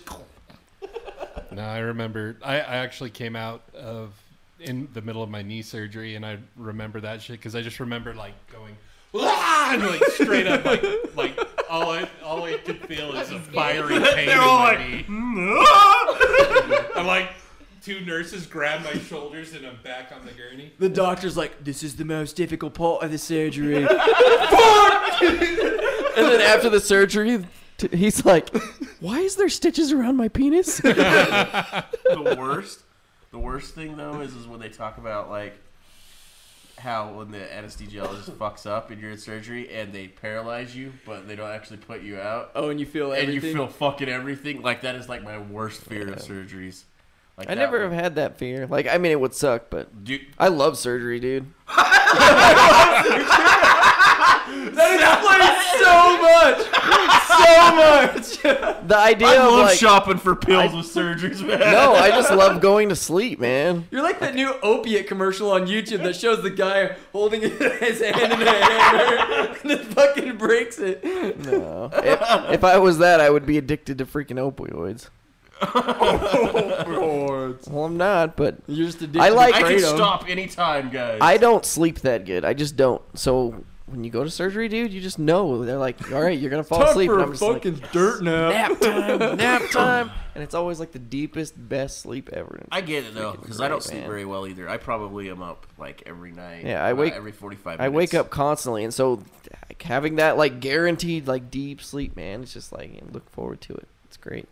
S8: No, I remember. I, I actually came out of in the middle of my knee surgery, and I remember that shit because I just remember like going, "Ah!" and like straight up, like like all I all I could feel is a fiery pain in my knee. I'm like, two nurses grab my shoulders, and I'm back on the gurney.
S1: The doctor's like, this is the most difficult part of the surgery.
S6: And then after the surgery, t- he's like, "Why is there stitches around my penis?"
S7: the worst the worst thing though is is when they talk about like how when the anesthesiologist fucks up and you're in surgery and they paralyze you but they don't actually put you out
S1: oh, and you feel
S7: and
S1: everything.
S7: you feel fucking everything like that is like my worst fear of surgeries like
S6: I
S7: that
S6: never have
S7: would-
S6: had that fear. Like, I mean, it would suck, but
S7: dude
S6: I love surgery, dude.
S1: that explains so much. So much.
S6: The idea
S7: I
S6: of
S7: love
S6: like,
S7: shopping for pills with surgeries man
S6: no, I just love going to sleep, man.
S1: You're like that new opiate commercial on YouTube that shows the guy holding his hand in a hammer and then fucking breaks it.
S6: No, if, if I was that, I would be addicted to freaking opioids. Well, I'm not, but
S1: You're just addicted.
S6: I like.
S7: I can
S6: Kratom.
S7: stop anytime guys
S6: I don't sleep that good. I just don't. So when you go to surgery, dude, you just know they're like, "All right, you're gonna fall asleep." And I'm just like,
S1: dirt nap.
S6: nap time, nap time, and it's always like the deepest, best sleep ever.
S7: I get it though,
S6: Freaking
S7: because I don't
S6: great,
S7: sleep
S6: man.
S7: very well either. I probably am up like every night.
S6: Yeah, I
S7: about
S6: wake-
S7: every forty-five.
S6: I
S7: minutes.
S6: wake up constantly, and so like, having that like guaranteed like deep sleep, man, it's just like I look forward to it. It's great.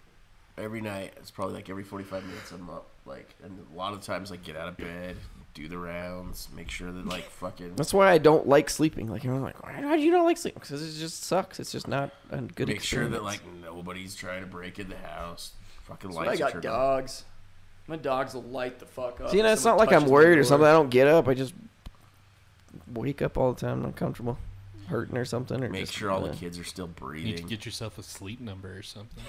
S7: every night. It's probably like every forty-five minutes. I'm up like, and a lot of times I get out of bed, do the rounds, make sure that like fucking
S6: That's why I don't like sleeping. Like everyone's like, why how do you not like sleeping? Because it just sucks. It's just not a good.
S7: make sure that
S6: experience.
S7: like nobody's trying to break in the house. Fucking
S1: But I
S7: lights are
S1: got
S7: turned on.
S1: dogs. My dogs will light the fuck up.
S6: See, you
S1: if
S6: know, it's not
S1: someone
S6: like I'm
S1: touches the
S6: worried or
S1: door.
S6: something. I don't get up. I just wake up all the time. I'm uncomfortable, hurting or something, or
S7: Make
S6: just,
S7: sure all
S6: uh,
S7: the kids are still
S8: You need to
S7: breathing.
S8: get yourself a sleep number or something.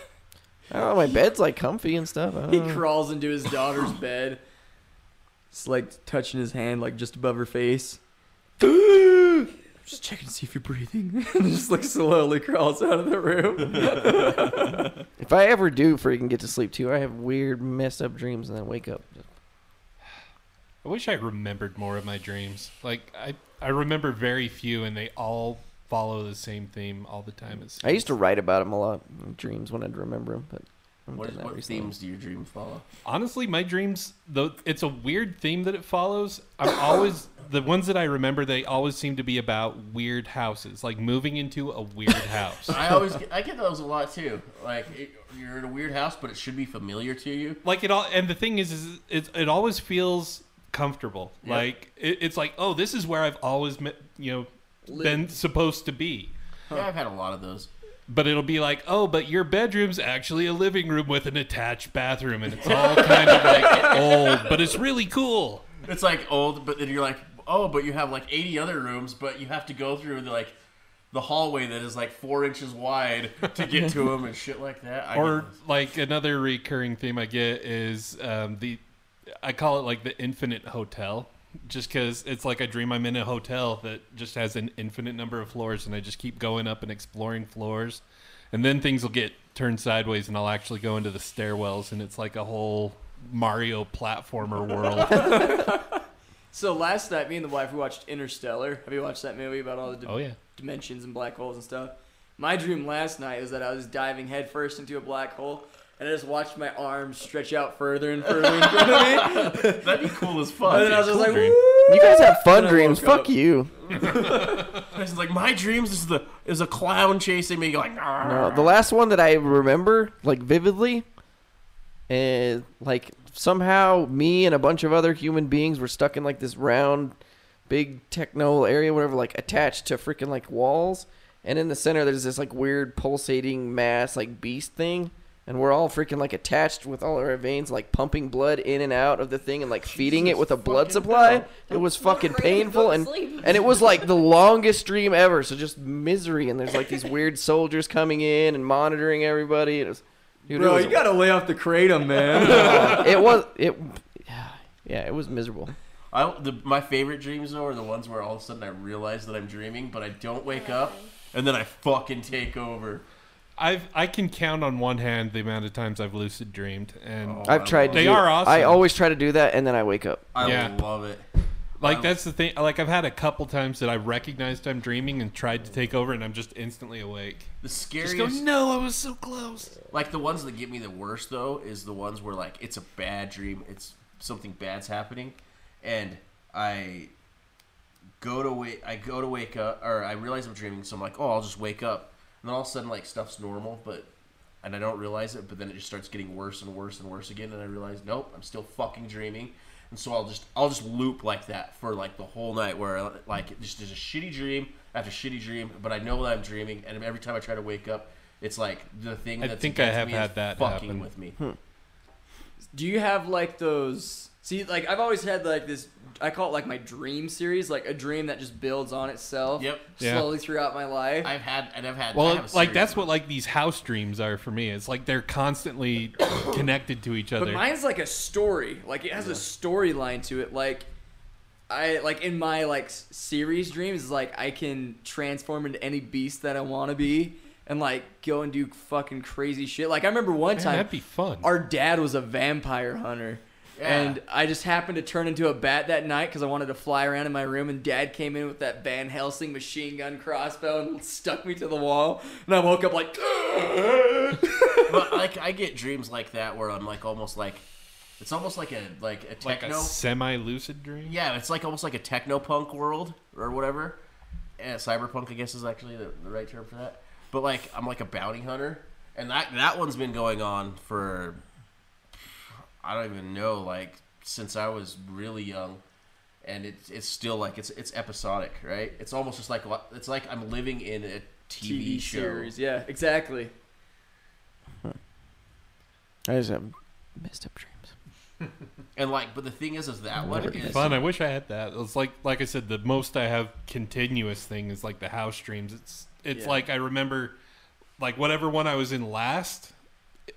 S6: I don't know. My bed's like comfy and stuff. I don't
S1: He
S6: know.
S1: crawls into his daughter's bed. It's like touching his hand, like just above her face. just checking to see if you're breathing. and just like slowly crawls out of the room.
S6: If I ever do freaking get to sleep too, I have weird messed up dreams and then wake up.
S8: I wish I remembered more of my dreams. Like I, I remember very few, and they all follow the same theme all the time. It's,
S6: I used to write about them a lot, dreams when I'd remember them, but I haven't
S11: What,
S6: done that
S11: what
S6: recently.
S11: themes do your dreams follow?
S8: honestly, my dreams though it's a weird theme that it follows. I'm always the ones that I remember. They always seem to be about weird houses, like moving into a weird house.
S7: I always get, I get those a lot too. Like it, you're in a weird house, but it should be familiar to you.
S8: like it all and the thing is is it, it always feels comfortable like it, it's like oh this is where i've always met, you know been supposed to be
S7: Yeah, I've had a lot of those.
S8: but it'll be like oh but your bedroom's actually a living room with an attached bathroom and it's all kind of like old but it's really cool
S7: It's like old, but then you're like, oh, but you have like 80 other rooms, but you have to go through the, like the hallway that is like four inches wide to get to them and shit like that. I
S8: or like another recurring theme i get is um, the i call it like the infinite hotel just because it's like i dream i'm in a hotel that just has an infinite number of floors and i just keep going up and exploring floors and then things will get turned sideways and i'll actually go into the stairwells and it's like a whole mario platformer world
S1: So last night, me and the wife we watched Interstellar. Have you watched that movie about all the di-
S8: oh yeah
S1: dimensions and black holes and stuff? My dream last night was that I was diving headfirst into a black hole. And I just watched my arms stretch out further and further in front of me.
S11: That'd be cool as
S1: And
S11: fuck.
S1: then I was just like,
S8: dream.
S1: "Woo!"
S6: You guys have fun
S1: I
S6: dreams.
S1: woke up.
S6: Fuck you.
S11: It's like my dreams is the is a clown chasing me. Like
S7: ah.
S11: "Arr."
S6: No, the last one that I remember like vividly, and like somehow me and a bunch of other human beings were stuck in like this round, big techno area, whatever, like attached to freaking like walls, and in the center there's this like weird pulsating mass, like beast thing. And we're all freaking like attached with all our veins, like pumping blood in and out of the thing, and like feeding it with a blood supply. It was fucking
S9: Don't worry, go
S6: painful,
S9: to
S6: and
S9: sleep.
S6: and it was like the longest dream ever. So just misery, and there's like these weird soldiers coming in and monitoring everybody. It was, dude,
S1: Bro,
S6: it was,
S1: Oh, you gotta lay off the kratom, man.
S6: it was it, yeah, it was miserable.
S7: I, the, my favorite dreams though are the ones where all of a sudden I realize that I'm dreaming, but I don't wake up, and then I fucking take over.
S8: i've i can count on one hand the amount of times i've lucid dreamed and
S6: I've tried. To
S8: They
S6: do-
S8: are awesome.
S6: I always try to do that, and then I wake up.
S7: I
S8: Yeah.
S7: love it.
S8: Like that's the thing. Like I've had a couple times that I recognized I'm dreaming and tried to take over, and I'm just instantly awake.
S7: The scariest.
S8: no, I was so close.
S7: Like the ones that get me the worst though is the ones where like it's a bad dream, it's something bad's happening, and I go to wake I go to wake up or I realize I'm dreaming, so I'm like, oh, I'll just wake up, and then all of a sudden like stuff's normal, but and I don't realize it, but then it just starts getting worse and worse and worse again, and I realize nope, I'm still fucking dreaming. And so I'll just I'll just loop like that for like the whole night, where like it just is a shitty dream after shitty dream, but I know that I'm dreaming, and every time I try to wake up, it's like the thing
S8: I
S7: that's
S8: think I
S7: against
S8: have
S7: me is
S8: had that
S7: fucking
S8: happen.
S7: with me.
S1: Do you have like those? See, like I've always had like this. I call it like my dream series, like a dream that just builds on itself
S7: Yep.
S8: Yeah.
S1: slowly throughout my life.
S7: I've had and I've had I
S8: Well,
S7: have a
S8: like
S7: series
S8: that's
S7: of
S8: what like these house dreams are for me. It's like they're constantly connected to each
S1: but
S8: other.
S1: mine's like a story. Like it has a storyline to it. Like I like in my like s- series dreams, is like I can transform into any beast that I want to be, and like go and do fucking crazy shit. Like I remember one
S8: Man,
S1: time
S8: that'd be fun.
S1: our dad was a vampire hunter. And I just happened to turn into a bat that night because I wanted to fly around in my room, and Dad came in with that Van Helsing machine gun crossbow and stuck me to the wall. And I woke up like,
S7: but like I get dreams like that where I'm like almost like it's almost like a like a
S8: like
S7: techno
S8: a semi-lucid dream.
S7: yeah it's like almost like a techno punk world or whatever and cyberpunk I guess is actually the, the right term for that but like I'm like a bounty hunter and that that one's been going on for I don't even know like since I was really young and it's it's still like it's it's episodic right it's almost just like what- it's like I'm living in a TV,
S1: TV
S7: show
S1: series. Yeah, exactly.
S6: I just have messed up dreams.
S7: and like but the thing is is that one
S8: That'd be
S7: is
S8: fun. I wish I had that. It's like like I said, the most I have continuous thing is like the house dreams. It's it's
S1: Yeah.
S8: like I remember like whatever one I was in last.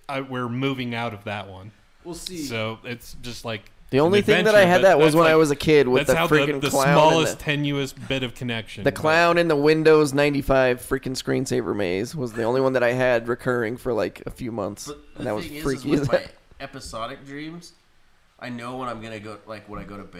S8: I, we're moving out of that one.
S1: We'll see.
S8: So it's just like
S6: The only thing that
S8: adventure,
S6: I had
S8: but
S6: that was
S8: that's
S6: when I
S8: like-
S6: was a kid with
S8: That's
S6: the
S8: how
S6: freaking
S8: the, the
S6: clown. and
S8: smallest
S6: the-
S8: tenuous bit of connection.
S6: The clown in the Windows 95 freaking screensaver maze was the only one that I had recurring for like a few months.
S7: But the
S6: and that was
S7: thing is,
S6: freaky
S7: is
S6: as
S7: with
S6: hell.
S7: my episodic dreams, I know when I'm gonna go, like when I go to bed,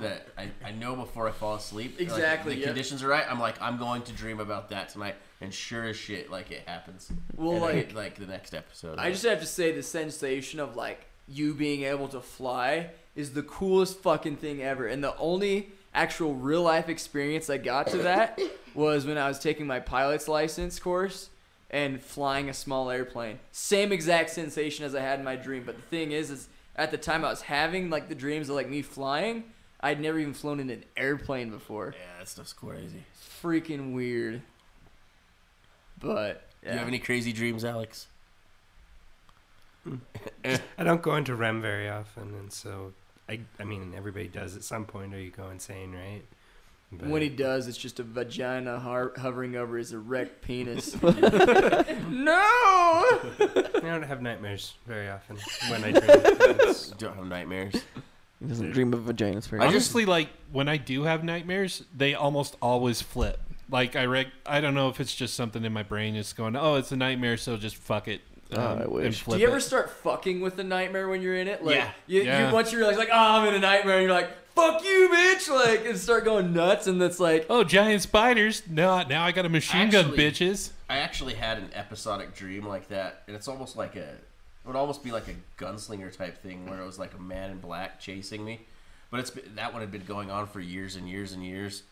S7: that I, I know before I fall asleep. like,
S1: Exactly,
S7: the
S1: yeah.
S7: conditions are right. I'm like, I'm going to dream about that tonight, and sure as shit, like it happens.
S1: Well,
S7: And I
S1: like-
S7: get, like the next episode.
S1: I just have to say the sensation of like you being able to fly is the coolest fucking thing ever. And the only actual real life experience I got to that was when I was taking my pilot's license course and flying a small airplane. Same exact sensation as I had in my dream. But the thing is is at the time I was having like the dreams of like me flying, I'd never even flown in an airplane before.
S7: yeah, that stuff's crazy.
S1: Freaking weird. But
S7: Do you
S1: yeah.
S7: have any crazy dreams, Alex?
S5: I don't go into REM very often, and so I, I mean, everybody does at some point, or you go insane, right? But-
S1: When he does, it's just a vagina har- hovering over his erect penis. no!
S5: I don't have nightmares very often when I dream. It's-
S7: Don't have nightmares.
S6: He doesn't dream of vaginas very
S8: I
S6: much.
S8: Honestly, like when I do have nightmares, they almost always flip. Like I reg- I don't know if it's just something in my brain that's going, oh, it's a nightmare, so just fuck it. um,
S6: Oh, I wish.
S8: And
S6: Do
S8: flip
S1: Do you ever
S8: it.
S1: start fucking with the nightmare when you're in it? Like,
S7: Yeah.
S1: You,
S8: Yeah.
S1: You, once you realize, like, oh, I'm in a nightmare, you're like, fuck you, bitch! Like, and start going nuts, and that's like,
S8: Oh, giant spiders! No, now I got a machine gun,
S7: Actually-
S8: bitches.
S7: I actually had an episodic dream like that, and it's almost like a it would almost be like a gunslinger type thing where it was like a man in black chasing me. But it's been- that one had been going on for years and years and years.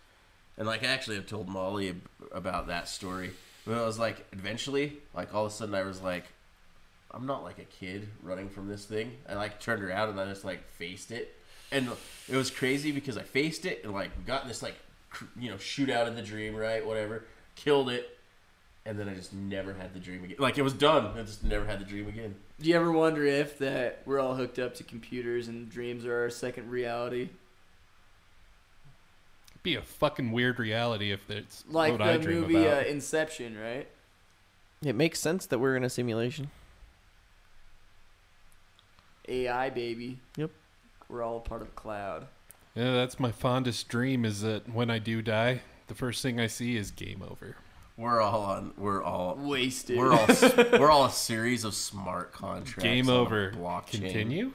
S7: And like I actually have told Molly ab- about that story. But it was like eventually, like all of a sudden I was like I'm not like a kid running from this thing. I like turned around and I just like faced it, and it was crazy because I faced it and like got in this like cr- you know shootout in the dream, right? Whatever, killed it, and then I just never had the dream again. Like it was done. I just never had the dream again.
S1: do you ever wonder if that we're all hooked up to computers and dreams are our second reality?
S8: It'd be a fucking weird reality if that's
S1: Like
S8: what I
S1: the
S8: dream
S1: movie uh,
S8: about.
S1: Inception, right?
S6: it makes sense that we're in a simulation.
S1: AI, baby.
S6: Yep.
S1: We're all part of a cloud.
S8: yeah, that's my fondest dream. Is that when I do die, the first thing I see is game over.
S7: We're all on. We're all.
S1: Wasted.
S7: We're all. s- we're all a series of smart contracts.
S8: Game
S7: on a
S8: over.
S7: Blockchain.
S8: Continue.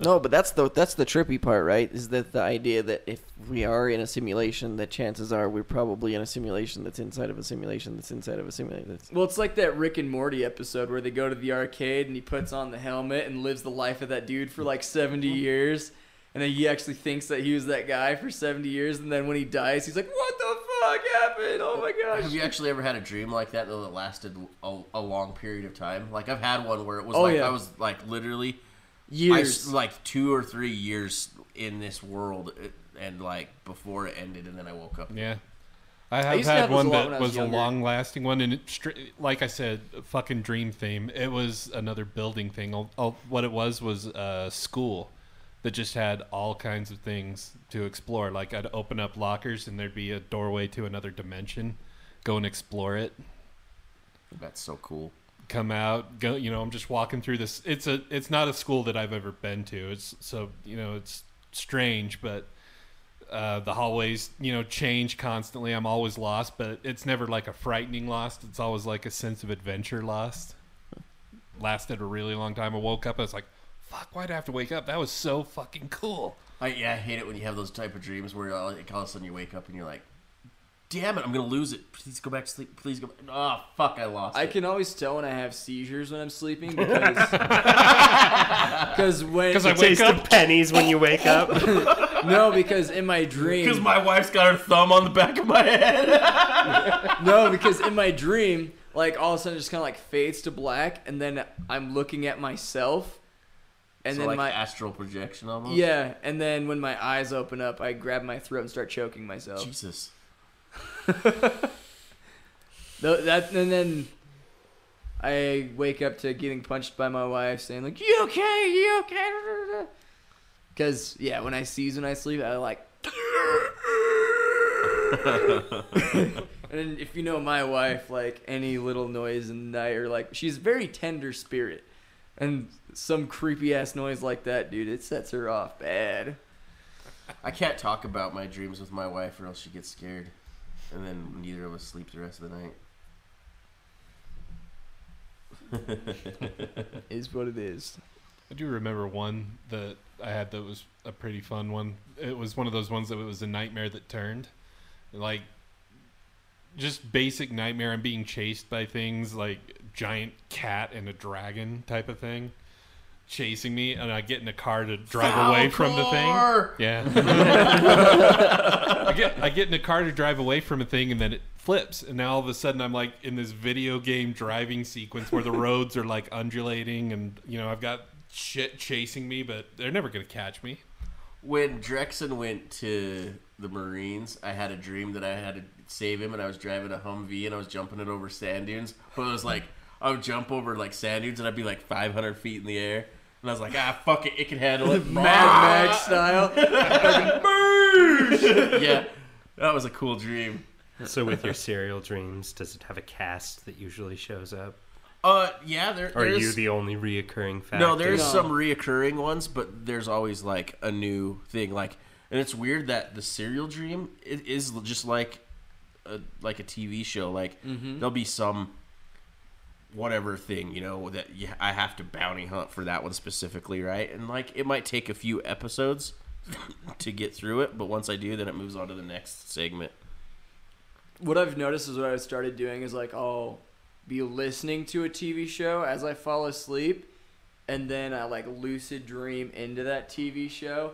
S6: No, but that's the that's the trippy part, right? Is that the idea that if we are in a simulation, that chances are we're probably in a simulation that's inside of a simulation that's inside of a simulation. That's,
S1: Well, it's like that Rick and Morty episode where they go to the arcade and he puts on the helmet and lives the life of that dude for like 70
S7: Mm-hmm.
S1: years. And then he actually thinks that he was that guy for 70 years. And then when he dies, he's like, what the fuck happened? Oh my
S7: Have
S1: gosh.
S7: you actually ever had a dream like that though that lasted a, a long period of time? Like I've had one where it was
S1: Oh,
S7: like
S1: yeah.
S7: I was like literally I s-
S1: Years.
S7: like two or three years in this world, uh, and like before it ended, and then I woke up.
S8: Yeah. I have
S1: used to
S8: had
S1: have this a
S8: one
S1: lot when I
S8: that
S1: was
S8: was a
S1: younger.
S8: long lasting one, and it, str- like I said, a fucking dream theme. It was another building thing. Al- al- What it was was a school that just had all kinds of things to explore. Like I'd open up lockers, and there'd be a doorway to another dimension. Go and explore it.
S7: That's so cool.
S8: Come out. Go. You know, I'm just walking through this. It's a. It's not a school that I've ever been to. It's so you know, it's strange, but uh, the hallways, you know, change constantly. I'm always lost, but it's never like a frightening lost. It's always like a sense of adventure lost. Lasted a really long time. I woke up. I was like, "Fuck! Why'd I have to wake up? That was so fucking cool."
S7: I, yeah, I hate it when you have those type of dreams where uh, like, all of a sudden you wake up and you're like, "Damn it, I'm gonna lose it. Please go back to sleep. Please go." Back. Oh fuck, I lost.
S1: I
S7: it.
S1: can always tell when I have seizures when I'm sleeping because. Because when.
S8: Because I wake
S5: Taste
S8: up.
S5: of pennies when you wake up.
S1: No, because in my dream.
S7: Because my wife's got her thumb on the back of my head.
S1: No, because in my dream, like all of a sudden, it just kind of like fades to black, and then I'm looking at myself, and
S7: so
S1: then
S7: like
S1: my
S7: astral projection almost.
S1: yeah, and then when my eyes open up, I grab my throat and start choking myself.
S7: Jesus.
S1: Tho- that and then I wake up to getting punched by my wife, saying like, "You okay? You okay?" Because yeah, when I seize when I sleep, I like. and if you know my wife, like any little noise in the night, or like she's a very tender spirit. and some creepy ass noise like that, dude, it sets her off bad.
S7: I can't talk about my dreams with my wife, or else she gets scared, and then neither of us sleep the rest of the night.
S1: Is what it is.
S8: I do remember one that I had that was a pretty fun one. It was one of those ones that it was a nightmare that turned. Like just basic nightmare and being chased by things like giant cat and a dragon type of thing chasing me and I get in a car to drive away from the thing. Yeah. I get I get in a car to drive away from a thing and then it flips and now all of a sudden I'm like in this video game driving sequence where the roads are like undulating and you know I've got shit chasing me but they're never going to catch me.
S7: When Drexen went to the Marines, I had a dream that I had to save him, and I was driving a Humvee and I was jumping it over sand dunes. But it was like I would jump over like sand dunes, and I'd be like 500 feet in the air, and I was like, ah, fuck it, it can handle it.
S1: Mad Max style.
S7: yeah, that was a cool dream.
S12: So with your serial dreams, does it have a cast that usually shows up?
S7: Uh, yeah, there.
S12: Or are
S7: there's-
S12: you the only reoccurring factor?
S7: No, there's some reoccurring ones, but there's always like a new thing. Like, and it's weird that the serial dream it is just like, a, like a TV show. Like, there'll be some whatever thing you know that you, I have to bounty hunt for that one specifically, right? And like, it might take a few episodes to get through it, but once I do, then it moves on to the next segment.
S1: What I've noticed is what I started doing is like I'll be listening to a TV show as I fall asleep, and then I like lucid dream into that TV show.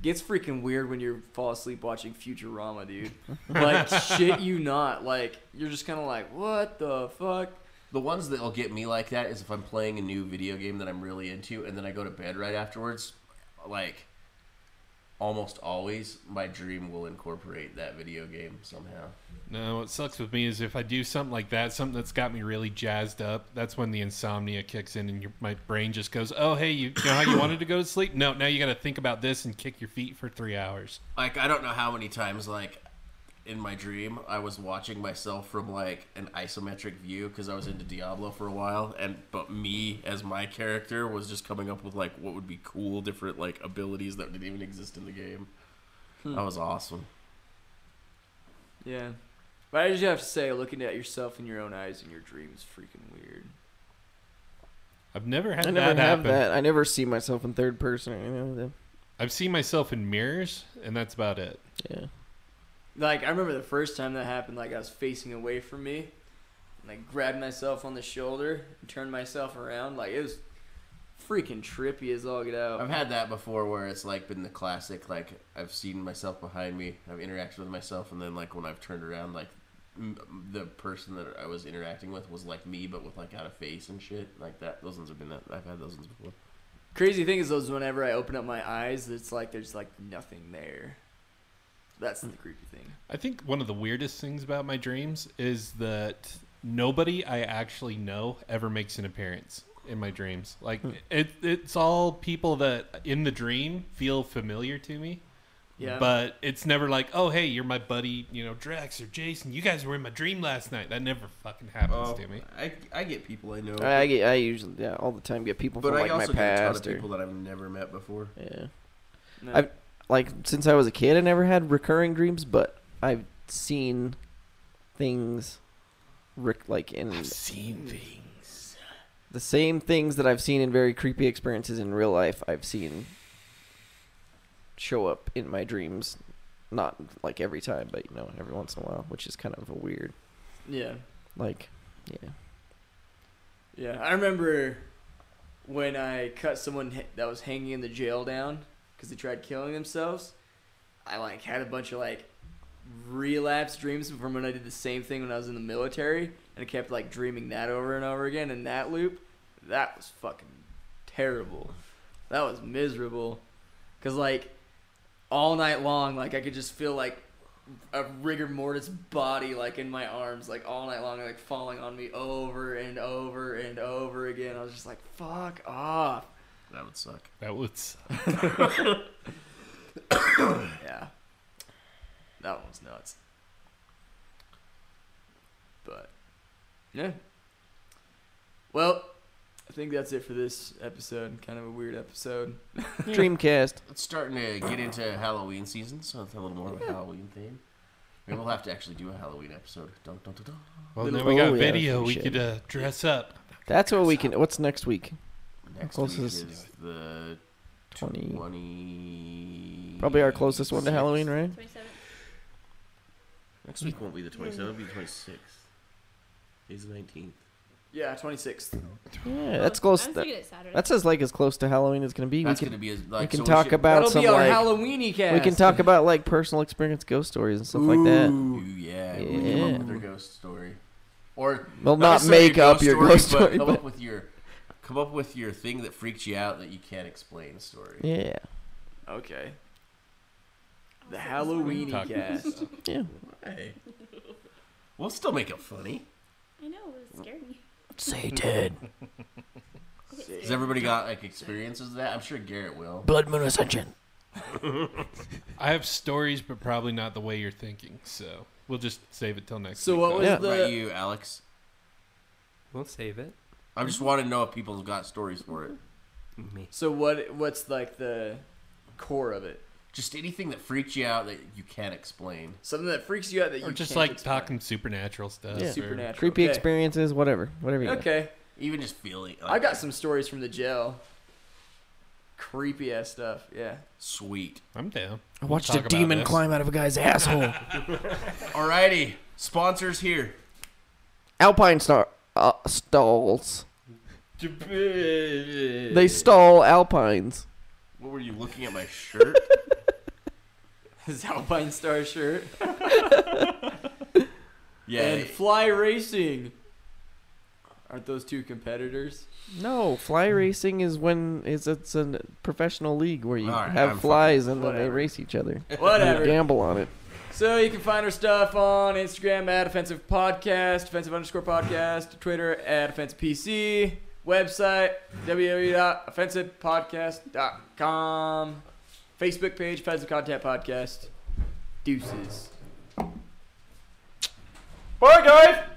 S1: Gets freaking weird when you fall asleep watching Futurama, dude. Like shit, you not. Like you're just kind of like, what the fuck?
S7: The ones that'll get me like that is if I'm playing a new video game that I'm really into and then I go to bed right afterwards, like almost always my dream will incorporate that video game somehow.
S8: No, what sucks with me is if I do something like that, something that's got me really jazzed up, that's when the insomnia kicks in and your, my brain just goes, oh, hey, you know how you wanted to go to sleep? No, now you got to think about this and kick your feet for three hours.
S7: Like I don't know how many times like in my dream I was watching myself from like an isometric view cuz I was into Diablo for a while and but me as my character was just coming up with like what would be cool different like abilities that didn't even exist in the game. That was awesome.
S1: Yeah. But I just have to say, looking at yourself in your own eyes in your dream is freaking weird.
S8: I've never had
S6: I
S8: that
S6: never have
S8: happen.
S6: that. I never see myself in third person or anything like that.
S8: I've seen myself in mirrors, and that's about it.
S6: Yeah.
S1: Like I remember the first time that happened, like I was facing away from me, and I grabbed myself on the shoulder and turned myself around. Like it was freaking trippy as all get out.
S7: I've had that before where it's like been the classic like I've seen myself behind me, I've interacted with myself, and then like when I've turned around, like m- the person that I was interacting with was like me, but with like out of face and shit like that. Those ones have been that I've had those ones before.
S1: Crazy thing is, those whenever I open up my eyes, it's like there's like nothing there. That's the creepy thing.
S8: I think one of the weirdest things about my dreams is that nobody I actually know ever makes an appearance in my dreams. Like
S1: Hmm.
S8: it, it's all people that in the dream feel familiar to me.
S1: Yeah.
S8: But it's never like, oh hey, you're my buddy, you know, Drex or Jason. You guys were in my dream last night. That never fucking happens
S1: Oh.
S8: to me.
S7: I I get people I know,
S6: I, I get. I usually yeah all the time get people
S7: but
S6: from
S7: I
S6: like my
S7: also get a ton of
S6: past or
S7: people that I've never met before.
S6: yeah.
S1: No.
S6: I've- Like since I was a kid, I never had recurring dreams, but I've seen things, rec- like in
S8: Seen things.
S6: the same things that I've seen in very creepy experiences in real life, I've seen show up in my dreams. Not like every time, but you know, every once in a while, which is kind of a weird.
S1: yeah.
S6: Like, yeah,
S1: Yeah, I remember when I cut someone h- that was hanging in the jail down because they tried killing themselves. I like had a bunch of like relapse dreams from when I did the same thing when I was in the military, and I kept like dreaming that over and over again in that loop. That was fucking terrible. That was miserable, cause like all night long, like I could just feel like a rigor mortis body like in my arms like all night long like falling on me over and over and over again i was just like fuck off
S7: That would suck.
S8: That would suck.
S1: yeah that one was nuts but yeah well i think that's it for this episode. Kind of a weird episode.
S6: Dreamcast.
S7: It's starting to get into Halloween season, so it's a little more of a Halloween theme. Maybe we'll have to actually do a Halloween episode. Dun, dun, dun, dun.
S8: Well,
S6: Little-
S8: now we got
S6: oh, yeah,
S8: video.
S6: we
S8: we
S6: should.
S8: could uh, dress up.
S6: That's what we can. What's next week?
S7: Next
S6: Closest-
S7: week is the
S6: 20.
S7: 20.
S6: Probably our closest one to Halloween, right?
S9: 27.
S7: Next week won't be the 27th, it'll be the 26th. It's the 19th.
S1: Yeah, 26th.
S6: Yeah, that's close.
S9: I'm
S6: That,
S9: thinking it's Saturday.
S6: that's as like as close to Halloween as gonna be.
S7: That's
S6: we can,
S7: gonna be as- like,
S6: we can
S7: so we
S6: talk
S7: should-
S6: about
S1: That'll
S6: some
S1: be our
S6: like
S1: Halloweeny cast.
S6: we can talk about like personal experience ghost stories and stuff like that.
S7: Ooh, yeah. We came
S6: Yeah.
S7: up with our ghost story. Or
S6: Well, not
S7: necessarily
S6: make up your ghost story,
S7: Come
S6: but-
S7: up with your, come up with your thing that freaks you out that you can't explain story.
S6: Yeah,
S1: Okay. The Halloweeny
S8: Talk about
S1: cast.
S8: stuff.
S6: yeah.
S7: Hey. We'll still make it funny.
S9: I know, it scared me.
S6: Say dead.
S7: Has everybody got like experiences of that? I'm sure Garrett will.
S6: Blood Moon Ascension.
S8: I have stories, but probably not the way you're thinking. So we'll just save it till next.
S1: So
S8: week,
S1: what
S8: though.
S1: was
S6: Yeah.
S7: What about
S1: the?
S7: you, Alex?
S12: We'll save it.
S7: I just want to know if people have got stories for it.
S12: Me.
S1: So what? What's like the core of it?
S7: Just anything that freaks you out that you can't explain.
S1: Something that freaks you out that you
S8: Or just
S1: can't
S8: like
S1: explain.
S8: talking supernatural stuff.
S6: Yeah.
S8: or-
S1: supernatural,
S6: Creepy
S1: okay.
S6: experiences, whatever, whatever. You got.
S1: Okay,
S7: Even just feeling. Like,
S1: I got some stories from the jail. Creepy ass stuff. Yeah.
S7: sweet.
S8: I'm down.
S6: I watched
S8: Talk
S6: a
S8: about
S6: demon
S8: this.
S6: climb out of a guy's asshole.
S7: Alrighty, sponsors here.
S6: Alpine star uh, stalls. They stall alpines.
S7: What were you looking at my shirt?
S1: His Alpine Star shirt
S7: Yeah.
S1: and Fly Racing. Aren't those two competitors?
S6: No, fly racing is when is it's a professional league where you
S7: All right,
S6: have
S7: I'm
S6: flies and then they
S1: Whatever.
S6: race each other. You
S1: Whatever.
S6: gamble on it.
S1: So you can find our stuff on Instagram at offensive podcast, offensive underscore podcast, Twitter at offensive PC, website www.offensivepodcast.com, Facebook page offensive content podcast. Deuces. Bye guys.